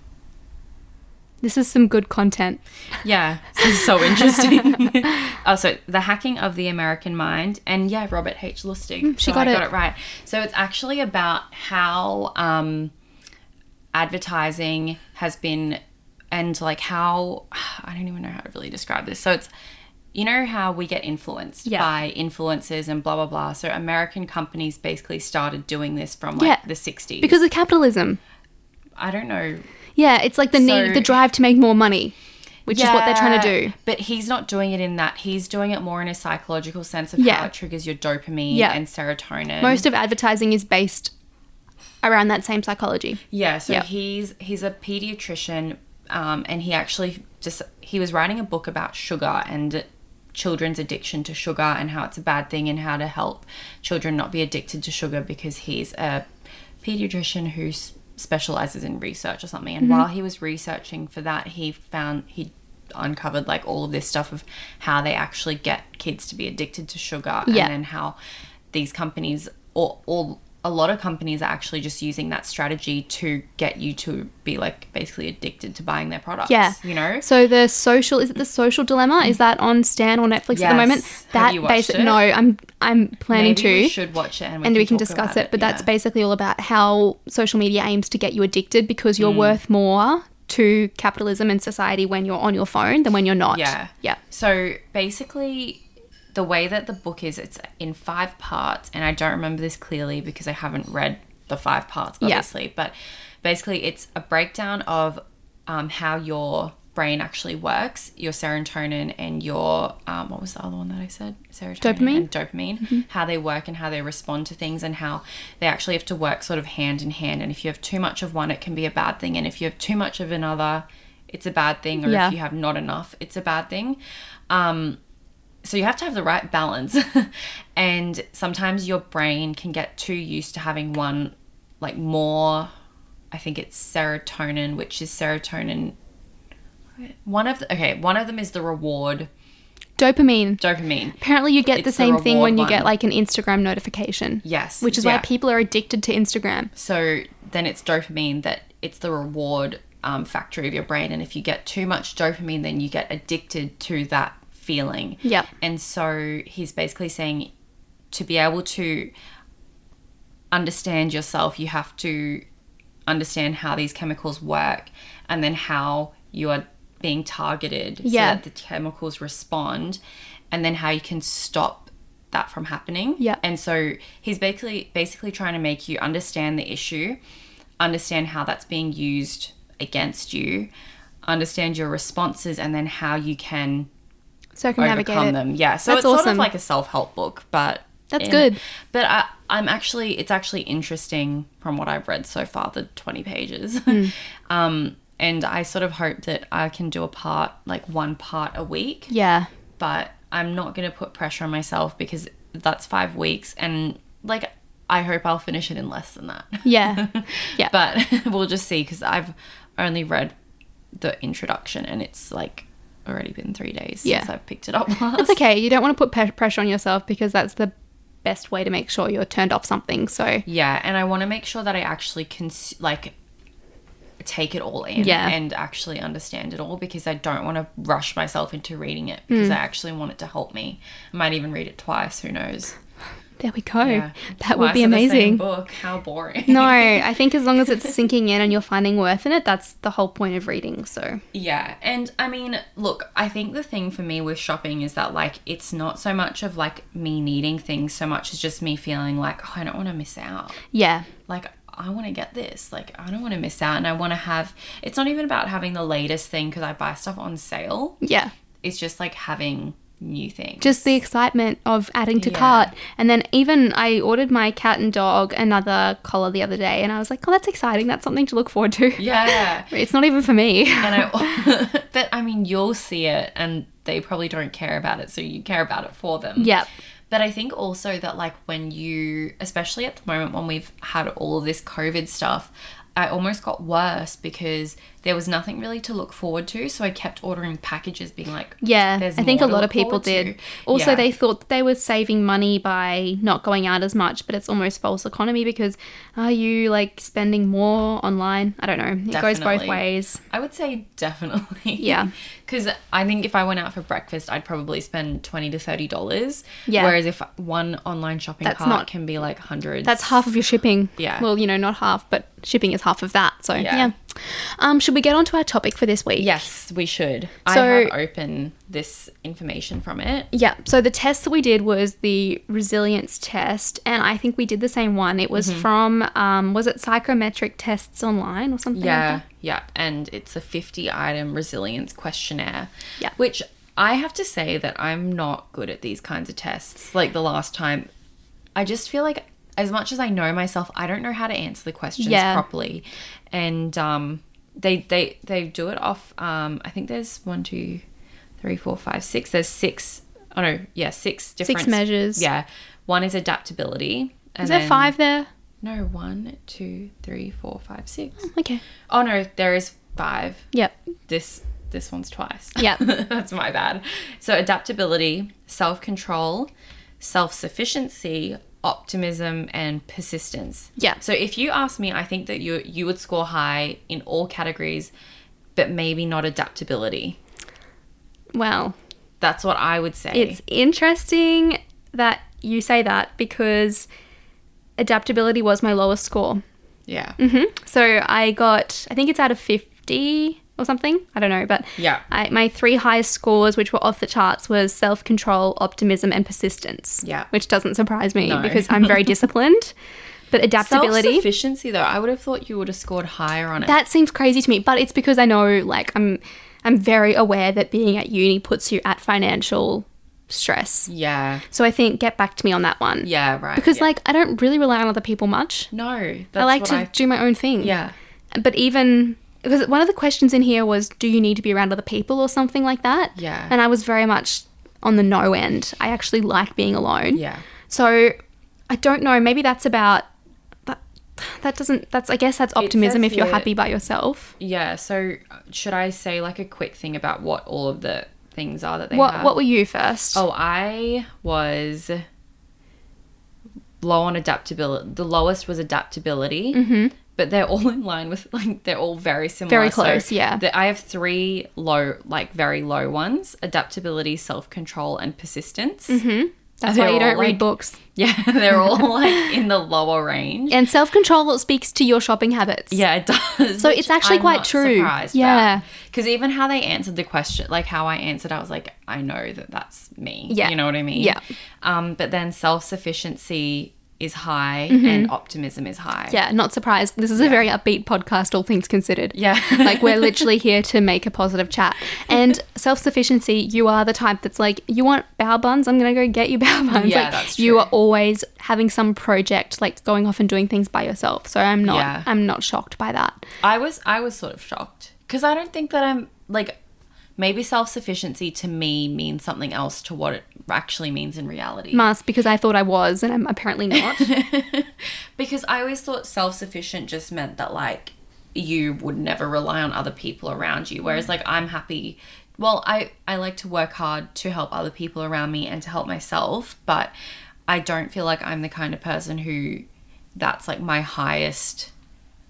This is some good content.
Yeah, this is so interesting. oh, so the hacking of the American mind, and yeah, Robert H. Lustig.
Mm, she
So
got
I
it.
got it right. So it's actually about how um, advertising has been, and like how I don't even know how to really describe this. So it's you know how we get influenced
Yeah.
by influencers and blah blah blah. So American companies basically started doing this from like
Yeah.
the '60s.
Because of capitalism.
I don't know
Yeah, it's like the
So-
need, the drive to make more money, which is what they're trying to do.
But he's not doing it in that. He's doing it more in a psychological sense of how
Yeah.
it triggers your dopamine
Yeah.
and serotonin.
Most of advertising is based around that same psychology.
yeah. So
Yeah.
he's he's a pediatrician, um, and he actually just he was writing a book about sugar and children's addiction to sugar and how it's a bad thing and how to help children not be addicted to sugar because he's a pediatrician who s- specializes in research or something.
Mm-hmm.
And while he was researching for that, he found he uncovered like all of this stuff of how they actually get kids to be addicted to sugar
Yeah.
and then how these companies or all a lot of companies are actually just using that strategy to get you to be like basically addicted to buying their products.
Yeah.
You know?
So the social is it the social dilemma? Is that on Stan or Netflix at
Yes.
the moment?
Have
That
you watched
basi-
it?
no, I'm I'm planning
Maybe
to.
we should watch it and we
and
can,
we can
talk
discuss
about
it, but that's
yeah.
basically all about how social media aims to get you addicted because
Mm.
you're worth more to capitalism and society when you're on your phone than when you're not.
Yeah.
Yeah.
So basically, the way that the book is, it's in five parts, and I don't remember this clearly because I haven't read the five parts,
Yeah.
obviously. But basically, it's a breakdown of um, how your brain actually works, your serotonin and your um, what was the other one that I said? Serotonin
Dopamine?
and dopamine,
Mm-hmm.
how they work and how they respond to things, and how they actually have to work sort of hand in hand. And if you have too much of one, it can be a bad thing, and if you have too much of another, it's a bad thing, or
Yeah.
if you have not enough, it's a bad thing. Um, so you have to have the right balance. and sometimes your brain can get too used to having one, like more, I think it's serotonin, which is serotonin. One of the, okay, one of them is the reward
Dopamine.
dopamine.
Apparently, you get
It's
the
the
same thing
reward
when you
one.
get like an Instagram notification.
Yes,
Which is
yeah.
why people are addicted to Instagram.
So then it's dopamine that it's the reward um, factory of your brain. And if you get too much dopamine, then you get addicted to that feeling.
Yep.
And so he's basically saying to be able to understand yourself, you have to understand how these chemicals work and then how you are being targeted
Yeah.
so that the chemicals respond and then how you can stop that from happening.
Yeah.
And so he's basically basically trying to make you understand the issue, understand how that's being used against you, understand your responses and then how you can
Circumnavigate
overcome
it.
them. Yeah, so
That's
it's sort of
awesome.
like a self help book, but
That's good.
But I, I'm
Hmm.
actually, it's actually interesting from what I've read so far, the 20 pages, um, And I sort of hope that I can do a part, like one part a week,
Yeah.
but I'm not going to put pressure on myself because that's five weeks. And like, I hope I'll finish it in less than that.
Yeah. Yeah.
But we'll just see because I've only read the introduction and it's like already been three days
Yeah.
since I've picked it up last.
It's okay. You don't want to put pe- pressure on yourself because that's the best way to make sure you're turned off something. So,
Yeah, and I want to make sure that I actually cons- like take it all in
Yeah.
and actually understand it all because I don't want to rush myself into reading it because I
Mm.
actually want it to help me. I might even read it twice, who knows.
there we go.
Yeah.
That would
Twice
be
of the same
amazing.
book, how boring.
No, I think as long as it's sinking in and you're finding worth in it, that's the whole point of reading. So,
Yeah, and I mean, look, I think the thing for me with shopping is that like it's not so much of like me needing things so much as just me feeling like oh, I don't want to miss out.
yeah.
like I want to get this. Like I don't want to miss out and I want to have it's not even about having the latest thing cuz I buy stuff on sale.
Yeah.
It's just like having new things.
Just the excitement of adding to
Yeah.
cart. And then even I ordered my cat and dog another collar the other day and I was like, oh, that's exciting. That's something to look forward to.
yeah.
It's not even for me.
and I but I mean you'll see it and they probably don't care about it so you care about it for them.
Yep.
But I think also that like when you especially at the moment when we've had all of this covid stuff I almost got worse because there was nothing really to look forward to, so I kept ordering packages, being like,
Yeah,
There's
I think a
more to
lot of
look
people
forward to.
did. Also,
Yeah.
they thought that they were saving money by not going out as much, but it's almost false economy because are you like spending more online? I don't know. It goes both
Definitely.
ways.
I would say definitely.
Yeah.
Because I think if I went out for breakfast, I'd probably spend twenty to thirty dollars.
Yeah.
Whereas if one online shopping
That's
cart
not-
can be like hundreds.
That's half of your shipping.
Yeah.
Well, you know, not half, but shipping is half of that. So yeah.
Yeah.
Um, should we get on to our topic for this week?
Yes, we should. I
So-
have open this information from it.
Yeah. So the test that we did was the resilience test, and I think we did the same one. It was
Mm-hmm.
from um, was it psychometric tests online or something? like that?
Yeah, yeah. And it's a 50 item resilience questionnaire.
Yeah.
Which I have to say that I'm not good at these kinds of tests. Like the last time, I just feel like as much as I know myself, I don't know how to answer the questions
Yeah.
properly. And um, they, they, they do it off, um, I think there's one, two, three, four, five, six. There's six, oh no, yeah, six different
measures.
Yeah. One is adaptability. And
Is there
then-
five there?
No, one, two, three, four, five, six.
Okay.
Oh no, there is five.
Yep.
This this one's twice.
Yep.
That's my bad. So adaptability, self-control, self-sufficiency, optimism and persistence.
Yeah.
So if you ask me, I think that you you would score high in all categories, but maybe not adaptability.
Well,
That's what I would say.
It's interesting that you say that because adaptability was my lowest score.
yeah.
hmm So I got, I think it's out of 50 or something. I don't know, but
Yeah.
I, my three highest scores, which were off the charts, was self control, optimism, and persistence.
Yeah.
Which doesn't surprise me
No.
because I'm very disciplined. But adaptability.
Self-sufficiency though, I would have thought you would have scored higher on it.
That seems crazy to me, but it's because I know, like, I'm, I'm very aware that being at uni puts you at financial stress.
yeah.
So I think get back to me on that one.
Yeah, right.
Because
yeah.
like I don't really rely on other people much.
No, that's
I like
what
to
I
do my own thing.
Yeah.
But even because one of the questions in here was do you need to be around other people or something like that?
Yeah.
And I was very much on the no end. I actually like being alone.
Yeah.
So I don't know, maybe that's about that that doesn't that's I guess that's optimism
says
if you're
here-
happy by yourself.
Yeah. So uh, should I say like a quick thing about what all of the things are that they
What
have?
what were you first?
oh, I was low on adaptability. The lowest was adaptability. Mm-hmm. But they're all in line with like they're all very similar.
Very
So
close, yeah.
the- I have three low, like very low ones: adaptability, self control, and persistence. Mm-hmm.
that's why you don't read
Like,
books.
yeah, they're all like in the lower range.
And self-control speaks to your shopping habits.
Yeah, it does.
So it's actually quite true. Yeah.
Because even how they answered the question, like how I answered, I was like, I know that that's me.
Yeah.
You know what I mean?
Yeah.
Um, but then self sufficiency is high and optimism is high.
Mm-hmm. Yeah, not surprised. This is a very upbeat podcast, all things considered.
Yeah.
like we're literally here to make a positive chat. And self sufficiency, you are the type that's like, you want bao buns? I'm gonna go get you bao buns.
Yeah,
like
that's
you
true.
are always having some project, like going off and doing things by yourself. So I'm not
Yeah.
I'm not shocked by that.
I was I was sort of shocked because I don't think that I'm like maybe self sufficiency to me means something else to what it actually means in reality.
Mask because I thought I was and I'm apparently not.
because I always thought self sufficient just meant that like you would never rely on other people around you.
Mm.
Whereas like I'm happy well, I, I like to work hard to help other people around me and to help myself, but I don't feel like I'm the kind of person who that's like my highest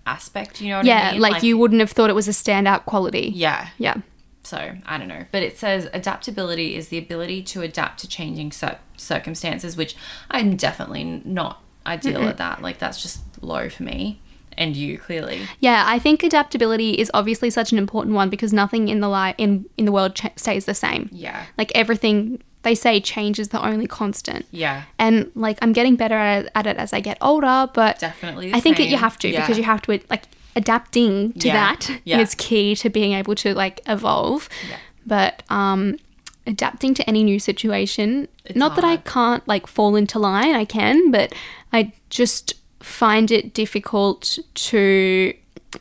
aspect, you know what
yeah,
I mean?
like, you wouldn't have thought it was a standout quality.
Yeah.
Yeah.
So I don't know. But it says adaptability is the ability to adapt to changing cir- circumstances, which I'm definitely n- not ideal at that. Like that's just low for me and you clearly.
Yeah, I think adaptability is obviously such an important one because nothing in the li- in in the world ch- stays the same.
Yeah.
Like everything they say change is the only constant.
Yeah.
And like I'm getting better at, at it as I get older, but
Definitely the
I think that you
same.
have to
Yeah.
because you have to like adapting to
Yeah.
that is
Yeah.
key to being able to like evolve.
Yeah.
But um adapting to any new situation, not that I
hard.
can't like fall into line, I can, but I just find it difficult to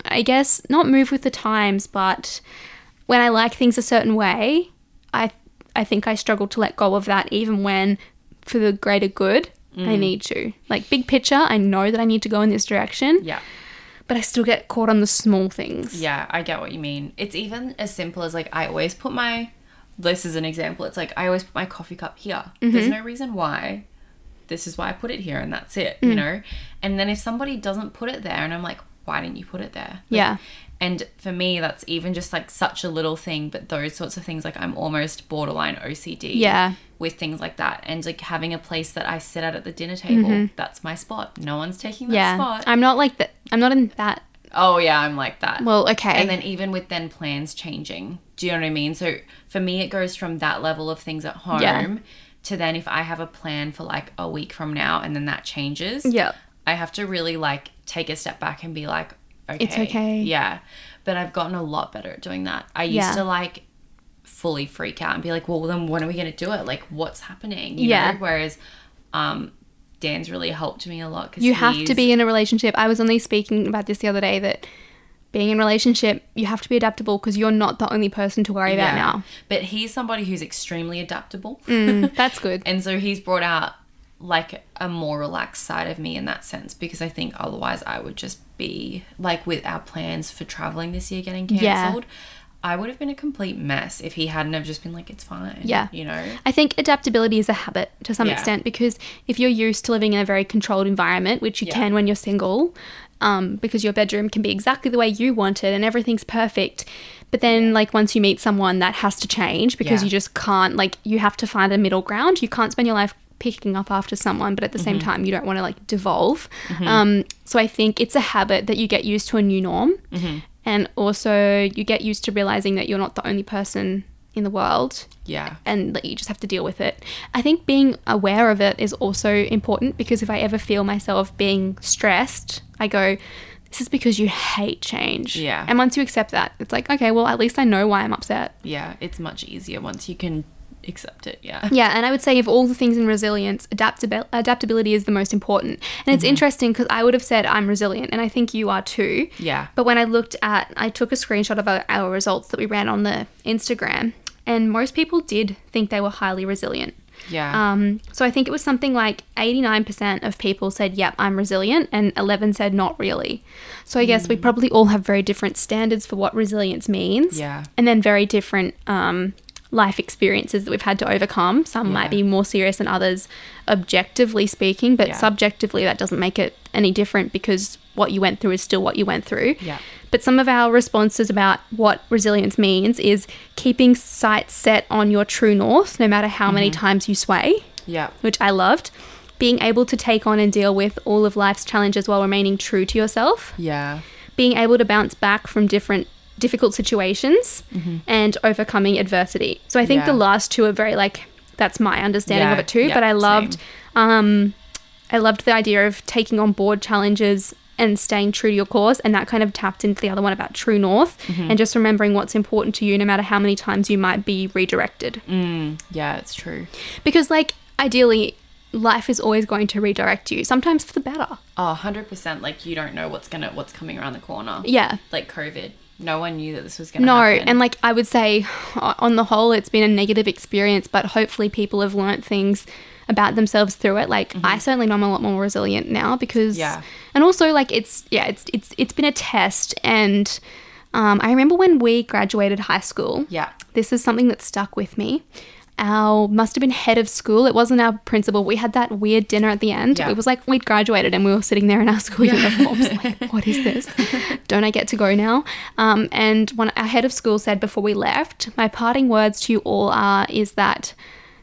I guess not move with the times, but when I like things a certain way, I I think I struggle to let go of that even when for the greater good I
Mm.
need to. Like big picture, I know that I need to go in this direction,
Yeah.
but I still get caught on the small things.
Yeah, I get what you mean. It's even as simple as like I always put my this is an example. It's like I always put my coffee cup here.
Mm-hmm.
There's no reason why. This is why I put it here and that's it,
Mm.
you know? And then if somebody doesn't put it there and I'm like, why didn't you put it there? Like,
Yeah.
And for me that's even just like such a little thing, but those sorts of things like I'm almost borderline OCD
Yeah.
with things like that and like having a place that I sit at at the dinner table. That's my spot. No one's taking that
Mm-hmm. Yeah.
spot.
I'm not like that. I'm not in that.
oh yeah, I'm like that.
Well, okay.
And then even with then plans changing. Do you know what I mean? So for me, it goes from that level of things at home
Yeah.
to then if I have a plan for like a week from now and then that changes.
Yeah.
I have to really like take a step back and be like, okay.
It's okay.
Yeah. But I've gotten a lot better at doing that. I used
Yeah.
to like fully freak out and be like, well, then when are we going to do it? Like, what's happening? You
Yeah.
Know? Whereas, um, Dan's really helped me a lot. Cause
you have to
he's-
be in a relationship. I was only speaking about this the other day that being in a relationship, you have to be adaptable because you're not the only person to worry about now.
But he's somebody who's extremely adaptable.
Mm, that's good.
And so he's brought out like a more relaxed side of me in that sense because I think otherwise I would just be like with our plans for traveling this year getting
Yeah.
cancelled. I would have been a complete mess if he hadn't have just been like, it's fine.
Yeah.
You know?
I think adaptability is a habit to some
Yeah.
extent because if you're used to living in a very controlled environment, which you
Yeah.
can when you're single, um, because your bedroom can be exactly the way you want it and everything's perfect. But then, like, once you meet someone, that has to change because
Yeah.
you just can't, like, you have to find a middle ground. You can't spend your life picking up after someone, but at the same
Mm-hmm.
time, you don't want to, like, devolve. Um, so I think it's a habit that you get used to a new norm.
Mm-hmm.
And also, you get used to realizing that you're not the only person in the world
Yeah.
and that you just have to deal with it. I think being aware of it is also important because if I ever feel myself being stressed, I go, this is because you hate change.
Yeah.
And once you accept that, it's like, okay, well, at least I know why I'm upset.
Yeah. It's much easier once you can accept it. Yeah.
Yeah, and I would say of all the things in resilience, adaptabil- adaptability is the most important. And it's interesting because I would have said I'm resilient, and I think you are too.
Yeah.
But when I looked at, I took a screenshot of our, our results that we ran on the Instagram, and most people did think they were highly resilient.
Yeah.
Um, so I think it was something like 89% of people said, yep, I'm resilient, and 11 said, not really. So I guess we
Hmm.
probably all have very different standards for what resilience means.
Yeah.
And then very different um, life experiences that we've had to overcome. Some might be more serious than others, objectively speaking, but
Yeah.
subjectively, that doesn't make it any different because what you went through is still what you went through.
Yeah.
But some of our responses about what resilience means is keeping sight set on your true north, no matter how many times you sway,
yeah.
which I loved. Being able to take on and deal with all of life's challenges while remaining true to yourself.
Yeah.
Being able to bounce back from different difficult situations and overcoming adversity. So I think the
Mm-hmm. Yeah.
last two are very like that's my understanding of
Yeah,
it too.
yeah,
but I loved,
same.
um, I loved the idea of taking on board challenges and staying true to your course. And that kind of tapped into the other one about true north
Mm-hmm.
and just remembering what's important to you, no matter how many times you might be redirected.
Mm. Yeah. It's true.
Because, like, ideally, life is always going to redirect you, sometimes for the better.
Oh, 100%. Like, you don't know what's going to, what's coming around the corner.
Yeah.
Like COVID. No one knew that this was going to
No,
happen.
and like I would say, o- on the whole, it's been a negative experience, but hopefully people have learnt things about themselves through it. Like I certainly know I'm a lot more resilient now because,
Mm-hmm. Yeah.
and also like it's yeah, it's it's it's been a test, and um, I remember when we graduated high school.
Yeah.
this is something that stuck with me. Our must have been head of school. It wasn't our principal. We had that weird dinner at the end.
Yeah.
It was like we'd graduated and we were sitting there in our school uniforms. Like, what is this? Don't I get to go now? Um, and one, our head of school said before we left, my parting words to you all are is that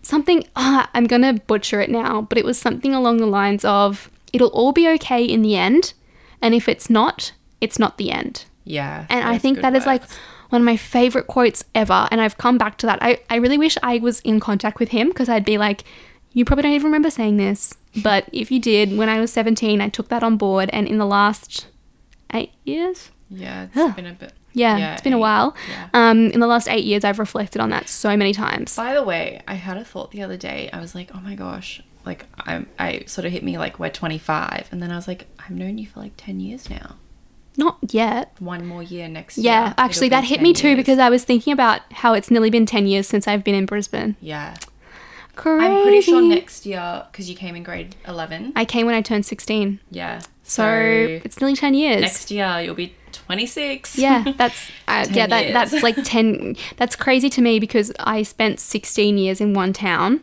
something. ah, I'm gonna butcher it now, but it was something along the lines of, "It'll all be okay in the end, and if it's not, it's not the end."
yeah.
And I
that's
think
good
that is like
words.
one of my favorite quotes ever. And I've come back to that. I, I really wish I was in contact with him because I'd be like, you probably don't even remember saying this. But if you did, when I was 17, I took that on board. And in the last eight years,
Yeah, it's
Ugh.
been a bit.
yeah, it's been a
eight.
while.
yeah.
Um, in the last eight years, I've reflected on that so many times.
By the way, I had a thought the other day. I was like, oh my gosh, like I'm, I sort of hit me like we're 25, and then I was like, I've known you for like 10 years now.
Not yet.
One more year next year.
Yeah,
it'll be
actually, that hit
10
me too
years.
because I was thinking about how it's nearly been 10 years since I've been in Brisbane.
yeah,
Crazy.
I'm pretty sure next year because you came in grade 11.
I came when I turned 16.
Yeah,
So it's nearly 10 years.
next year you'll be 26.
yeah that's uh,
10
yeah that,
years.
that's like 10 that's crazy to me because i spent 16 years in one town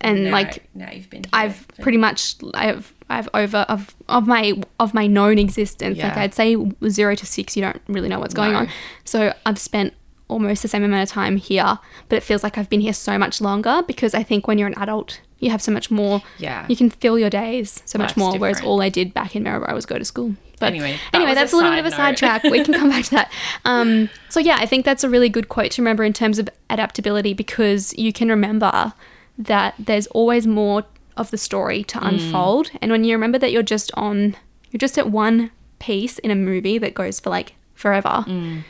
and
Now-
like
now you've been. here
i've
for-
pretty much i've i've over of of my of my known existence like
Yeah.
i'd say 0 to 6 you don't really know what's going
No.
on so i've spent almost the same amount of time here but it feels like i've been here so much longer because i think when you're an adult you have so much more
Yeah.
you can fill your days so much
Life's
more whereas
different.
all i did back in maribor was go to school but
Anyway, that
anyway
was a
that's a little bit
side
of a
note.
sidetrack we can come back to that um, so yeah i think that's a really good quote to remember in terms of adaptability because you can remember that there's always more of the story
Mm.
to unfold and when you remember that you're just on you're just at one piece in a movie that goes for like forever
Mm.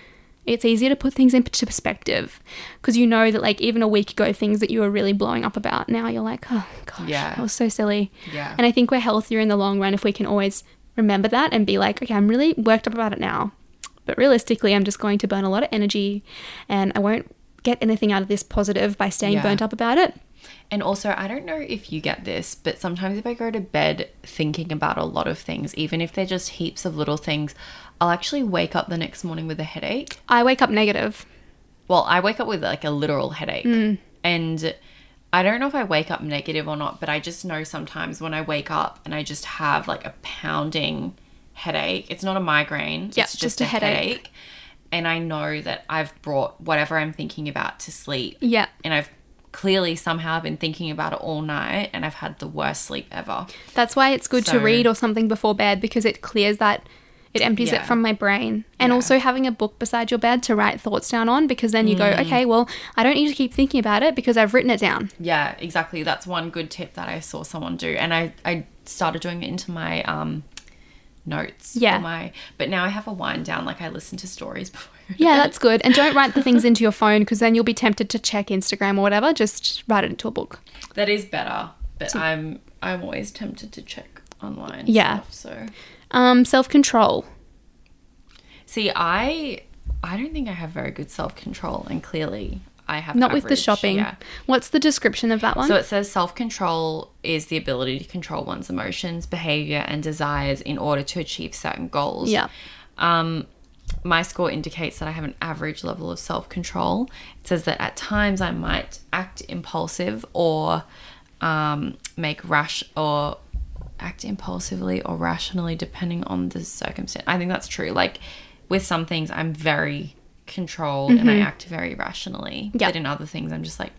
it's easier to put things into perspective because you know that like even a week ago things that you were really blowing up about now you're like oh gosh
Yeah.
that was so silly
Yeah.
and i think we're healthier in the long run if we can always remember that and be like okay i'm really worked up about it now but realistically i'm just going to burn a lot of energy and i won't get anything out of this positive by staying
Yeah.
burnt up about it
And also, I don't know if you get this, but sometimes if I go to bed thinking about a lot of things, even if they're just heaps of little things, I'll actually wake up the next morning with a headache.
i wake up negative
Well, I wake up with like a literal headache. And I don't know if I wake up negative or not, but I just know sometimes when I wake up and I just have like a pounding headache, it's not a migraine,
Yeah,
it's just, a, headache. And I know that I've brought whatever I'm thinking about to sleep.
Yeah.
And I've clearly somehow been thinking about it all night and I've had the worst sleep ever.
That's why it's good
So-
to read or something before bed because it clears that, it empties
Yeah.
it from my brain. And also having a book beside your bed to write thoughts down on because then you go,
Mm.
okay, well, I don't need to keep thinking about it because I've written it down.
Yeah, exactly. That's one good tip that I saw someone do, and I I started doing it into my um notes. for
Yeah.
my but now I have a wind down. Like I listen to stories before. I go to
Yeah,
bed.
that's good. And don't write the things into your phone because then you'll be tempted to check Instagram or whatever. Just write it into a book.
that is better. But I'm I'm always tempted to check online.
Yeah.
Stuff, so
Um, Self control.
see, I I don't think I have very good self control, and clearly I have
Not with the
average,
shopping.
Yeah.
What's the description of that one?
So it says self control is the ability to control one's emotions, behavior, and desires in order to achieve certain goals.
Yeah.
Um, my score indicates that I have an average level of self control. It says that at times I might act impulsive or um, make rash or act impulsively or rationally depending on the circumstance. I think that's true. Like with some things, I'm very controlled and I
Mm-hmm.
act very rationally.
Yeah.
But in other things, I'm just like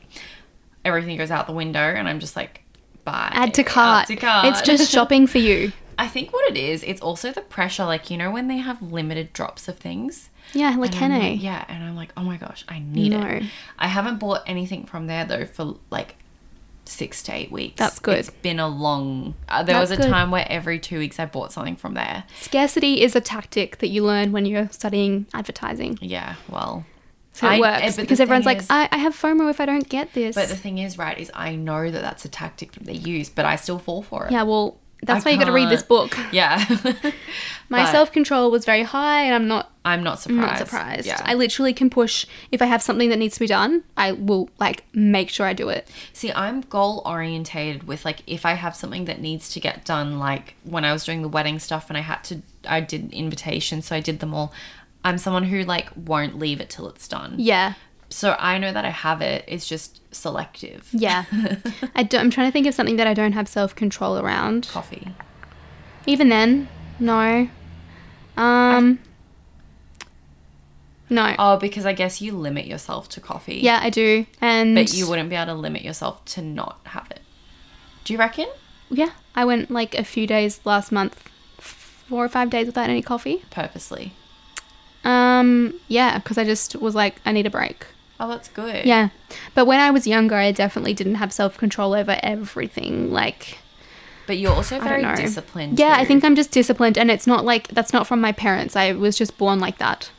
everything goes out the window and I'm just like, bye.
Add to cart.
Add to cart.
It's just shopping for you.
I think what it is, it's also the pressure. Like, you know, when they have limited drops of things.
Yeah, like
And I'm
henna.
like, Um, yeah, and I'm like, oh my gosh, I need it.
No.
I haven't bought anything from there though for like six to eight weeks.
That's good.
It's been a long. Uh, there was
That's
a
good.
time where every two weeks I bought something from there.
Scarcity is a tactic that you learn when you're studying advertising.
Yeah, well,
So it
I- eh,
works
but the
because everyone's
thing
like, "Ah,
is-
I, I have FOMO if I don't get this.
But the thing is, right, is I know that that's a tactic that they use, but I still fall for it.
yeah, well, That's
I
why you got to read this
can't-
book.
Yeah.
My
But-
self control was very high, and I'm not
I'm not surprised.
I'm not surprised.
Yeah.
I literally can push if I have something that needs to be done. I will like make sure I do it.
See, I'm goal orientated with like if I have something that needs to get done, like when I was doing the wedding stuff and I had to, I did invitations, so I did them all. I'm someone who like won't leave it till it's done.
Yeah,
So I know that I have it. It's just selective.
yeah. I don't, I'm trying to think of something that I don't have self control around.
Coffee.
Even then, no. Um, no.
Oh, because I guess you limit yourself to coffee.
Yeah, I do. And
But you wouldn't be able to limit yourself to not have it. Do you reckon?
Yeah, I went like a few days last month, four or five days without any coffee.
Purposely.
Um, yeah, because I just was like, I need a break.
Oh, that's good.
Yeah. But when I was younger, I definitely didn't have self control over everything. Like,
But you're also
I don't
very
know.
disciplined.
Yeah, I
too.
think I'm just disciplined. And it's not like that's not from my parents. I was just born like that.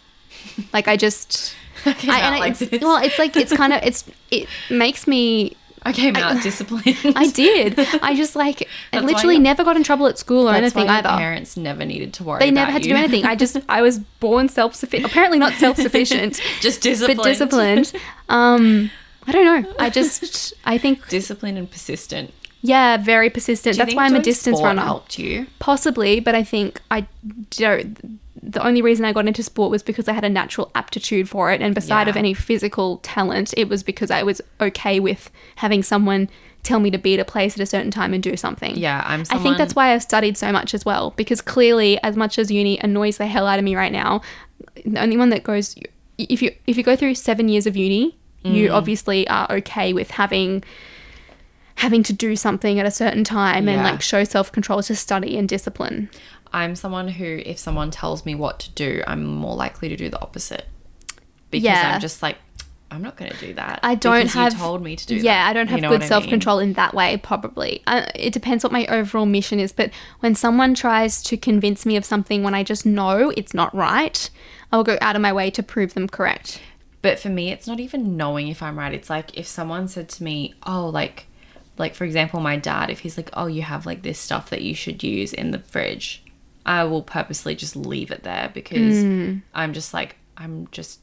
Like, I just.
I came
I,
out
and
like
it's,
this.
Well, it's like, it's kind of, it's, it makes me.
I came out disciplined.
I did. I just like, I
That's why
literally
your-
never got in trouble at school or
That's why
anything
your
either.
parents never needed to worry.
they never
about
had to
you.
do anything. I just I was born self sufficient. Apparently not self sufficient,
Just disciplined.
but disciplined. Um, I don't know. I just I think
Disciplined and persistent. Do
yeah, very persistent.
you
That's
think
why I'm a
doing
distance
sport
runner. Mm.
Helped you.
Possibly, but I think I don't. The only reason I got into sport was because I had a natural aptitude for it, and beside
Yeah.
of any physical talent, it was because I was okay with having someone tell me to be at a place at a certain time and do something.
Yeah, I'm. Someone,
I think that's why I studied so much as well, because clearly, as much as uni annoys the hell out of me right now, the only one that goes if you if you go through seven years of uni, you
Mm.
obviously are okay with having having to do something at a certain time and
Yeah.
like show self control to study and discipline.
I'm someone who, if someone tells me what to do, I'm more likely to do the opposite because
Yeah.
I'm just like, I'm not going to do that.
I don't
because
have
You told me to do.
Yeah,
that.
I don't
You
have
know what
good
I mean?
self control in that way. Probably, uh, it depends what my overall mission is. But when someone tries to convince me of something when I just know it's not right, I will go out of my way to prove them correct.
But for me, it's not even knowing if I'm right. It's like if someone said to me, "Oh, like." Like for example, my dad, if he's like, "Oh, you have like this stuff that you should use in the fridge," I will purposely just leave it there because I'm just like, I'm just.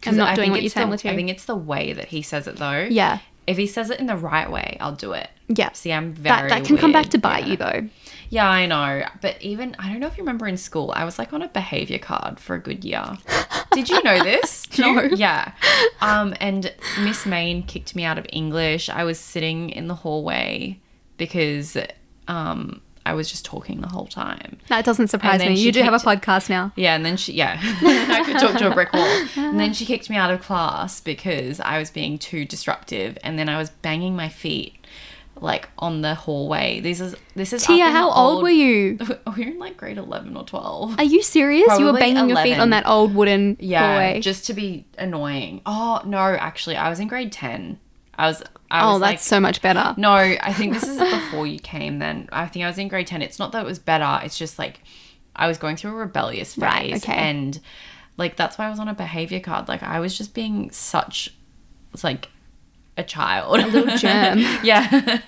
'cause
Mm. I'm not
I
doing
think
what you
it's
tell
the-
me to.
I think it's the way that he says it though.
Yeah.
If he says it in the right way, I'll do it.
Yeah.
See, I'm very.
that, that can come back
weird.
to bite
Yeah.
you though.
Yeah, I know. But even I don't know if you remember in school, I was like on a behavior card for a good year. Did you know this? Do you-
No.
Yeah. Um, and Miss Main kicked me out of English. I was sitting in the hallway because um, I was just talking the whole time.
That doesn't surprise
And then
me.
she
You do have a
kicked-
podcast now.
Yeah, and then she, yeah, I could talk to a brick wall. And then she kicked me out of class because I was being too disruptive, and then I was banging my feet like on the hallway. This is this is up
Tia,
in the
how old were you?
we were in like grade 11 or 12.
Are you serious? you were
Probably
banging your feet
11.
on that old wooden
yeah,
hallway.
just to be annoying. Oh, no, actually, I was in grade 10. I was, I
oh,
was
that's
like,
so much better.
no, I think this is before you came then. I think I was in grade 10. It's not that it was better, it's just like I was going through a rebellious phase.
Right, okay.
And like, that's why I was on a behavior card. Like, I was just being such, like, a child. A
little germ.
yeah.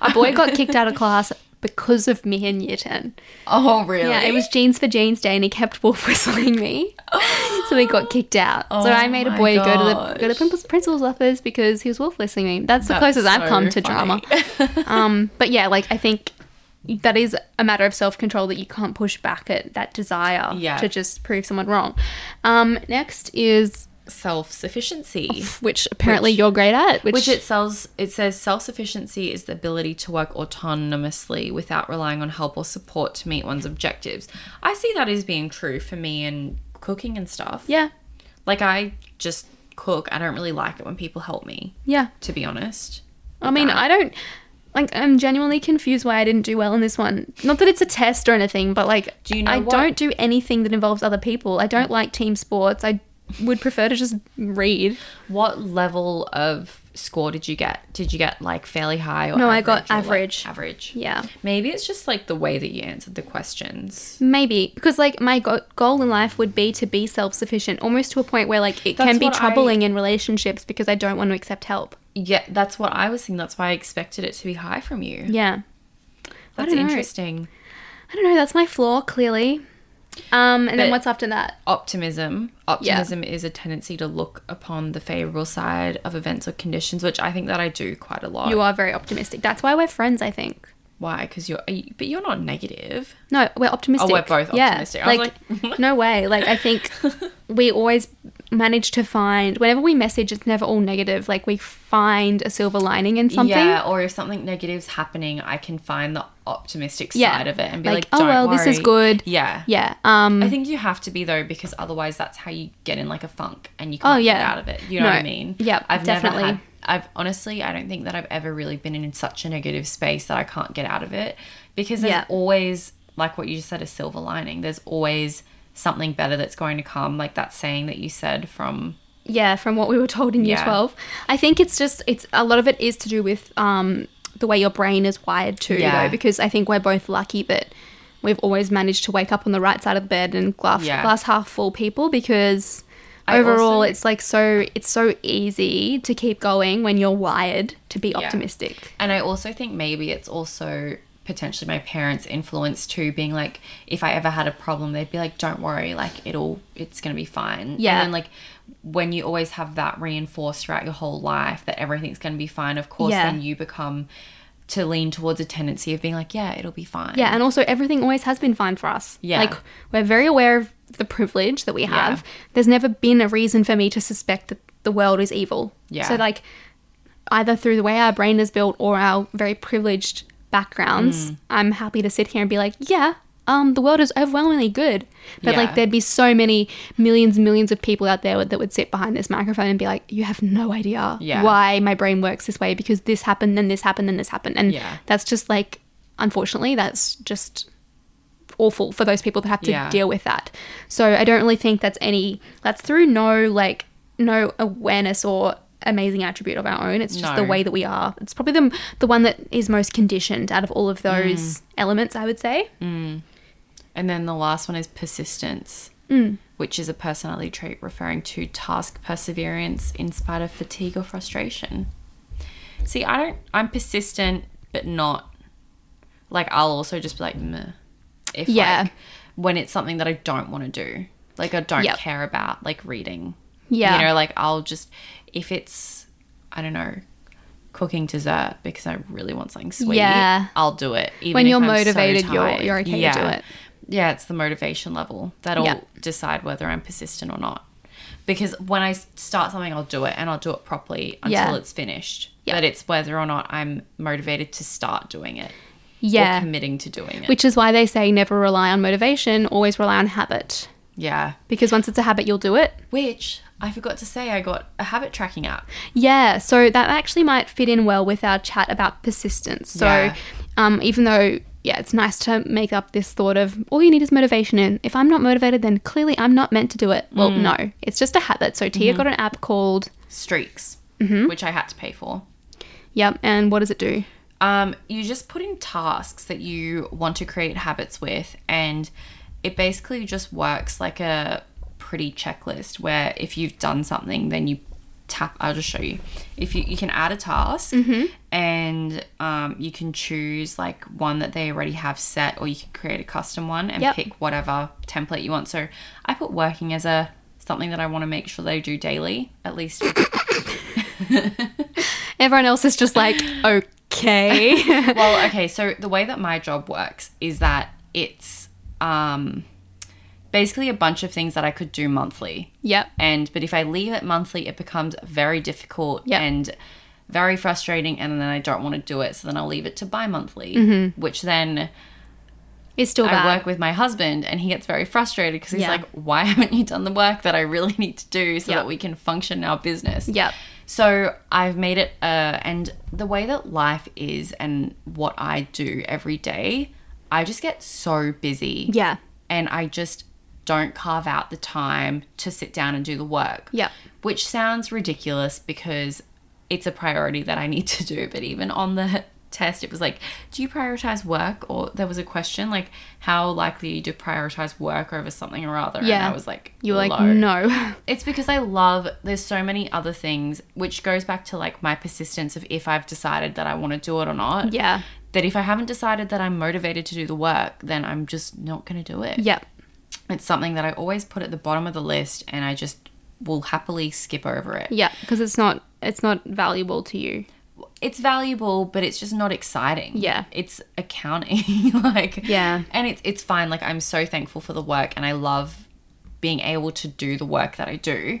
a boy got kicked out of class because of me in year 10.
oh, really?
Yeah, it was jeans for jeans day and he kept wolf whistling me. so he got kicked out. so I made a
Oh my
boy go to the go to
gosh.
the princi- principal's office because he was wolf whistling me. That's the closest I've
so
come to
funny.
drama. um, but yeah, like I think that is a matter of self-control that you can't push back at that desire
Yeah.
to just prove someone wrong. Um, next is
Self sufficiency.
which apparently you're great at, which,
which it sells it says self-sufficiency is the ability to work autonomously without relying on help or support to meet one's objectives i see that as being true for me in cooking and stuff
yeah,
like i just cook i don't really like it when people help me
yeah.
to be honest
I mean, I don't like. I'm genuinely confused why I didn't do well in this one. Not that it's a test or anything, but like,
Do you know
I
what-
don't do anything that involves other people. I don't like team sports. I would prefer to just read.
what level of score did you get did you get like fairly high or
No, I got
or, like,
average.
average
Yeah,
maybe it's just like the way that you answered the questions
maybe because like my go- goal in life would be to be self-sufficient, almost to a point where like it
That's
can be
what I-
troubling in relationships because I don't want to accept help.
yeah that's what i was thinking that's why i expected it to be high from you
Yeah.
That's
don't know.
interesting.
I don't know. That's my flaw, clearly. Um, and
But-
then what's after that?
Optimism. Optimism is a tendency to look upon the favorable side of events or conditions, which I think that I do quite a lot.
You are very optimistic. That's why we're friends, I think.
Why? Because you're, are you- but you're not negative.
No, we're optimistic.
Oh, both optimistic.
Yeah.
I was
Like,
like-
no way. Like, I think we always manage to find, whenever we message, it's never all negative. Like, we find a silver lining in something.
Yeah, or if something negative's happening, I can find the optimistic
Yeah.
side of it and be like,
Like, oh,
Don't
well, this is
worry."
good.
Yeah.
Yeah. Um,
I think you have to be though, because otherwise that's how you get in like a funk and you can't get
Oh, yeah.
out of it. You know what I
No.
mean?
Yep,
I've
definitely.
never had. I've honestly, I don't think that I've ever really been in such a negative space that I can't get out of it because there's
Yeah.
always, like what you just said, a silver lining. There's always something better that's going to come. Like that saying that you said from
yeah, from what we were told in year
Yeah.
12. I think it's just, it's a lot of it is to do with um, the way your brain is wired too,
Yeah.
though, because I think we're both lucky that we've always managed to wake up on the right side of the bed and glass,
Yeah.
glass half full people because
I
overall
also-
it's like so, it's so easy to keep going when you're wired to be optimistic.
And I also think maybe it's also potentially my parents' influence too, being like, if I ever had a problem, they'd be like, don't worry, like it'll, it's gonna be fine.
Yeah.
And then like when you always have that reinforced throughout your whole life that everything's gonna be fine, of course,
Yeah.
then you become to lean towards a tendency of being like, yeah, it'll be fine.
Yeah, and also everything always has been fine for us.
Yeah.
Like we're very aware of the privilege that we have. There's never been a reason for me to suspect that the world is evil.
Yeah.
So like either through the way our brain is built or our very privileged
Mm.
backgrounds, I'm happy to sit here and be like, yeah, um, the world is overwhelmingly good. But
Yeah.
like there'd be so many millions and millions of people out there that would sit behind this microphone and be like, you have no idea
Yeah.
why my brain works this way because this happened, then this happened, then this happened. And
Yeah.
that's just like, unfortunately, that's just awful for those people that have to
Yeah.
deal with that. So I don't really think that's any, that's through no, like, no awareness or amazing attribute of our own. It's just the
No.
way that we are. It's probably the, the one that is most conditioned out of all of those
Mm.
elements, I would say.
And then the last one is persistence,
Mm.
which is a personality trait referring to task perseverance in spite of fatigue or frustration. See, I don't, I'm persistent, but not like I'll also just be like, meh. If
Yeah.
like when it's something that I don't want to do, like I don't
Yep.
care about, like reading.
Yeah.
You know, like I'll just, if it's, I don't know, cooking dessert because I really want something sweet,
Yeah.
I'll do it. Even
When
if
you're
I'm so
motivated, you're-
tired.
you're okay to
yeah
do it.
yeah, it's the motivation level that'll
Yeah.
decide whether I'm persistent or not. Because when I s- start something, I'll do it and I'll do it properly until
Yeah.
it's finished.
Yeah.
But it's whether or not I'm motivated to start doing it
Yeah.
or committing to doing it.
Which is why they say never rely on motivation, always rely on habit.
yeah.
Because once it's a habit, you'll do it.
Which I forgot to say, I got a habit tracking app.
Yeah, so that actually might fit in well with our chat about persistence. So,
Yeah.
um, even though, yeah, it's nice to make up this thought of all you need is motivation. And if I'm not motivated, then clearly I'm not meant to do it. Well,
Mm.
no, it's just a habit. So,
Mm-hmm.
Tia got an app called,
Streaks,
Mm-hmm.
which I had to pay for.
yep, and what does it do?
Um, you just put in tasks that you want to create habits with, and it basically just works like a pretty checklist where if you've done something, then you tap. I'll just show you. If you, you can add a task, and um, you can choose like one that they already have set, or you can create a custom one and
Yep.
pick whatever template you want. So I put working as a something that I want to make sure they do daily, at least
Everyone else is just like, okay.
well, okay, so the way that my job works is that it's um basically a bunch of things that I could do monthly.
yep.
And but if I leave it monthly, it becomes very difficult
Yep.
and very frustrating and then I don't want to do it, so then I'll leave it to bi-monthly, which then
It's still
I
bad.
work with my husband and he gets very frustrated because he's
Yeah.
like, why haven't you done the work that I really need to do so
Yep.
that we can function in our business?
Yep.
So I've made it, uh, and the way that life is and what I do every day, I just get so busy.
Yeah.
And I just don't carve out the time to sit down and do the work.
Yep.
Which sounds ridiculous because it's a priority that I need to do, but even on the test, it was like, do you prioritize work? Or there was a question like, how likely are you to prioritize work over something or other? And
Yeah.
I was like,
You were like,
low.
no.
It's because I love, there's so many other things, which goes back to like my persistence of if I've decided that I want to do it or not.
yeah.
That if I haven't decided that I'm motivated to do the work, then I'm just not going to do it.
Yep.
It's something that I always put at the bottom of the list and I just will happily skip over it.
Yeah. Because it's not it's not valuable to you.
It's valuable, but it's just not exciting.
Yeah.
It's accounting. like
Yeah.
And it's it's fine. Like I'm so thankful for the work and I love being able to do the work that I do.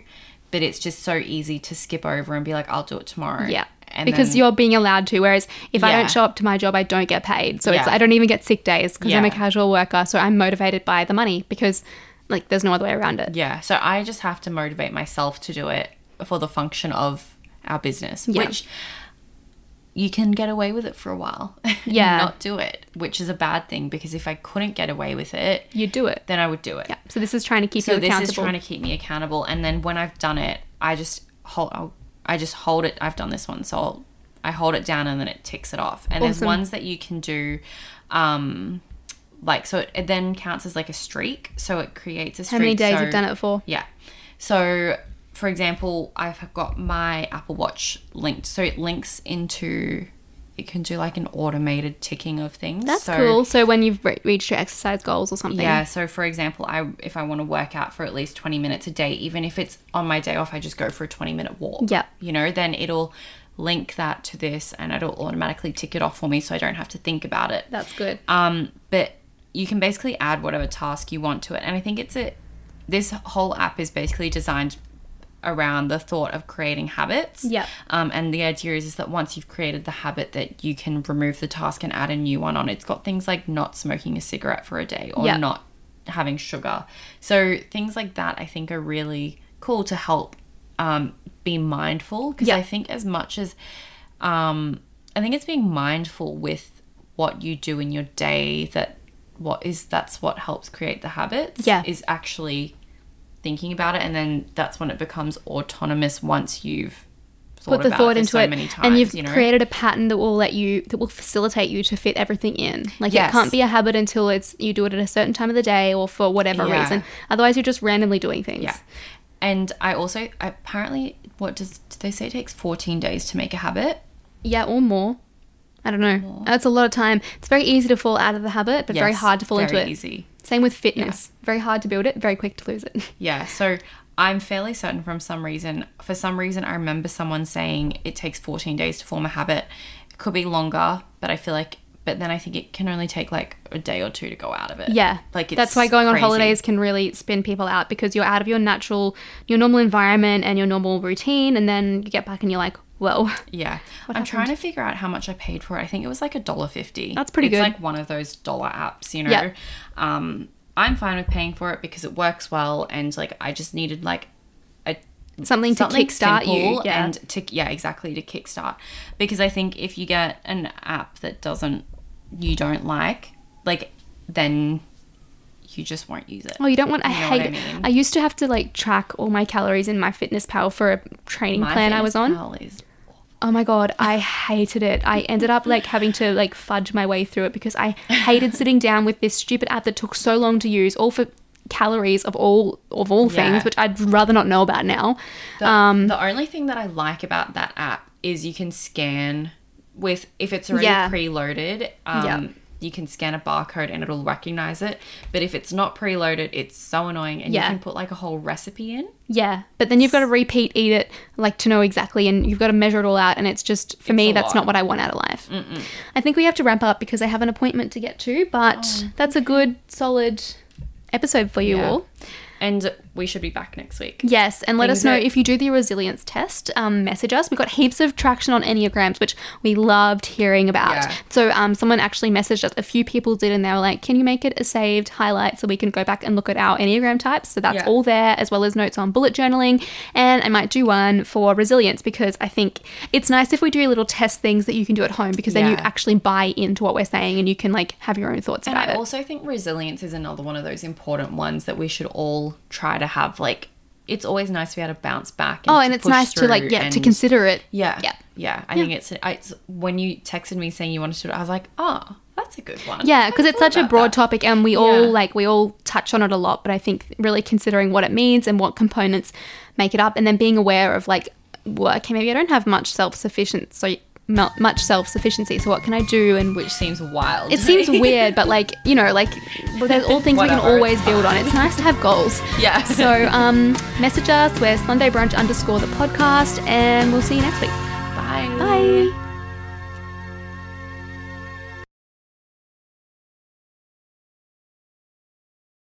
But it's just so easy to skip over and be like, I'll do it tomorrow.
Yeah.
And
because
then-
you're being allowed to. Whereas if I
Yeah.
don't show up to my job, I don't get paid. So it's
Yeah.
I don't even get sick days because I'm a
Yeah.
casual worker. So I'm motivated by the money because like there's no other way around it.
Yeah. So I just have to motivate myself to do it for the function of our business,
Yeah.
which you can get away with it for a while. and
Yeah.
not do it, which is a bad thing because if I couldn't get away with it,
You do it.
then I would do it.
Yeah. So this is trying to keep
So
you
this
accountable.
is trying to keep me accountable. And then when I've done it, I just hold. I'll, I just hold it. I've done this one, so I'll, I hold it down and then it ticks it off. And there's
Awesome.
ones that you can do, um, like so. It, it then counts as like a streak. So it creates a streak.
How many days
so,
you've done it for?
yeah. So, for example, I've got my Apple Watch linked. So it links into, it can do like an automated ticking of things.
That's
so,
cool. So when you've re- reached your exercise goals or something.
Yeah. So, for example, I if I want to work out for at least 20 minutes a day, even if it's on my day off, I just go for a 20 minute walk.
Yep.
You know, then it'll link that to this and it'll automatically tick it off for me so I don't have to think about it.
That's good.
Um, but you can basically add whatever task you want to it. And I think it's a this whole app is basically designed around the thought of creating habits.
Yeah.
Um, and the idea is, is that once you've created the habit that you can remove the task and add a new one on. It's got things like not smoking a cigarette for a day or
Yeah.
not having sugar. So things like that I think are really cool to help um, be mindful because
Yeah.
I think as much as um, I think it's being mindful with what you do in your day that what is that's what helps create the habits
Yeah.
is actually thinking about it and then that's when it becomes autonomous once you've thought
Put the
about
thought
it for
into
so
it,
many times
and you've
you know
created a pattern that will let you that will facilitate you to fit everything in. Like
Yes.
it can't be a habit until it's you do it at a certain time of the day or for whatever
Yeah.
reason. Otherwise, you're just randomly doing things.
yeah and i also apparently what does do they say it takes 14 days to make a habit
Yeah, or more. I don't know. That's a lot of time. It's very easy to fall out of the habit, but very
Yes,
hard to fall
very
into it.
easy
Same with fitness. Very hard to build it, very quick to lose it.
Yeah, so I'm fairly certain from some reason. For some reason, I remember someone saying it takes 14 days to form a habit. It could be longer, but I feel like, but then I think it can only take like a day or two to go out of it.
Yeah.
Like it's
That's why going on
crazy.
holidays can really spin people out because you're out of your natural, your normal environment and your normal routine. And then you get back and you're like, whoa.
Yeah. I'm trying to figure out how much I paid for it. I think it was like a dollar fifty.
That's pretty good.
It's like one of those dollar apps, you know.
Yeah.
Um I'm fine with paying for it because it works well and like I just needed like a
Something to kickstart you,
simple
yeah.
And to yeah, exactly, to kickstart. Because I think if you get an app that doesn't you don't like, like then you just won't use it.
Oh, you don't want, I
You know
hate
what I
it.
mean.
I used to have to like track all my calories in my fitness pal for a training
My
plan I
fitness
was on.
pal is-
Oh my god, I hated it. I ended up like having to like fudge my way through it because I hated sitting down with this stupid app that took so long to use, all for calories of all of all
Yeah.
things, which I'd rather not know about now.
The,
Um,
the only thing that I like about that app is you can scan with if it's already
Yeah.
preloaded. Um,
Yeah.
You can scan a barcode and it'll recognize it. But if it's not preloaded, it's so annoying, and
Yeah.
you can put like a whole recipe in.
Yeah, but then you've got to repeat eat it like to know exactly, and you've got to measure it all out, and it's just for me
a
that's
lot.
not what I want out of life. I think we have to wrap up because I have an appointment to get to, but that's a good solid episode for you
Oh. Yeah.
all.
And we should be back next week.
Yes, and let
things
us know
that-
if you do the resilience test. Um, message us. We got heaps of traction on enneagrams, which we loved hearing about.
Yeah.
So um, someone actually messaged us. A few people did, and they were like, "Can you make it a saved highlight so we can go back and look at our enneagram types?" So that's
Yeah.
all there, as well as notes on bullet journaling, and I might do one for resilience because I think it's nice if we do little test things that you can do at home because then you
Yeah.
actually buy into what we're saying and you can like have your own thoughts
And
about
I
it.
also think resilience is another one of those important ones that we should all try to have. Like, it's always nice to be able to bounce back.
oh,
to
and it's
push
nice to like
through
yeah to
and-
consider it.
Yeah.
Yeah.
yeah, I think it's, it's when you texted me saying you wanted to do it, I was like, oh, that's a good one.
Yeah, because
I
it's such a
about
broad
that.
topic and we all
Yeah.
like we all touch on it a lot, but I think really considering what it means and what components make it up and then being aware of like well, okay, maybe I don't have much self-sufficient so mu- much self-sufficiency, so what can I do and which
Which seems wild.
it seems weird, but like, you know, like well, there's all things we
Whatever,
can always
it's
build on. It's nice to have goals.
Yeah.
So um, message us. We're Sunday Brunch underscore the podcast, and we'll see you next week.
Bye.
Bye.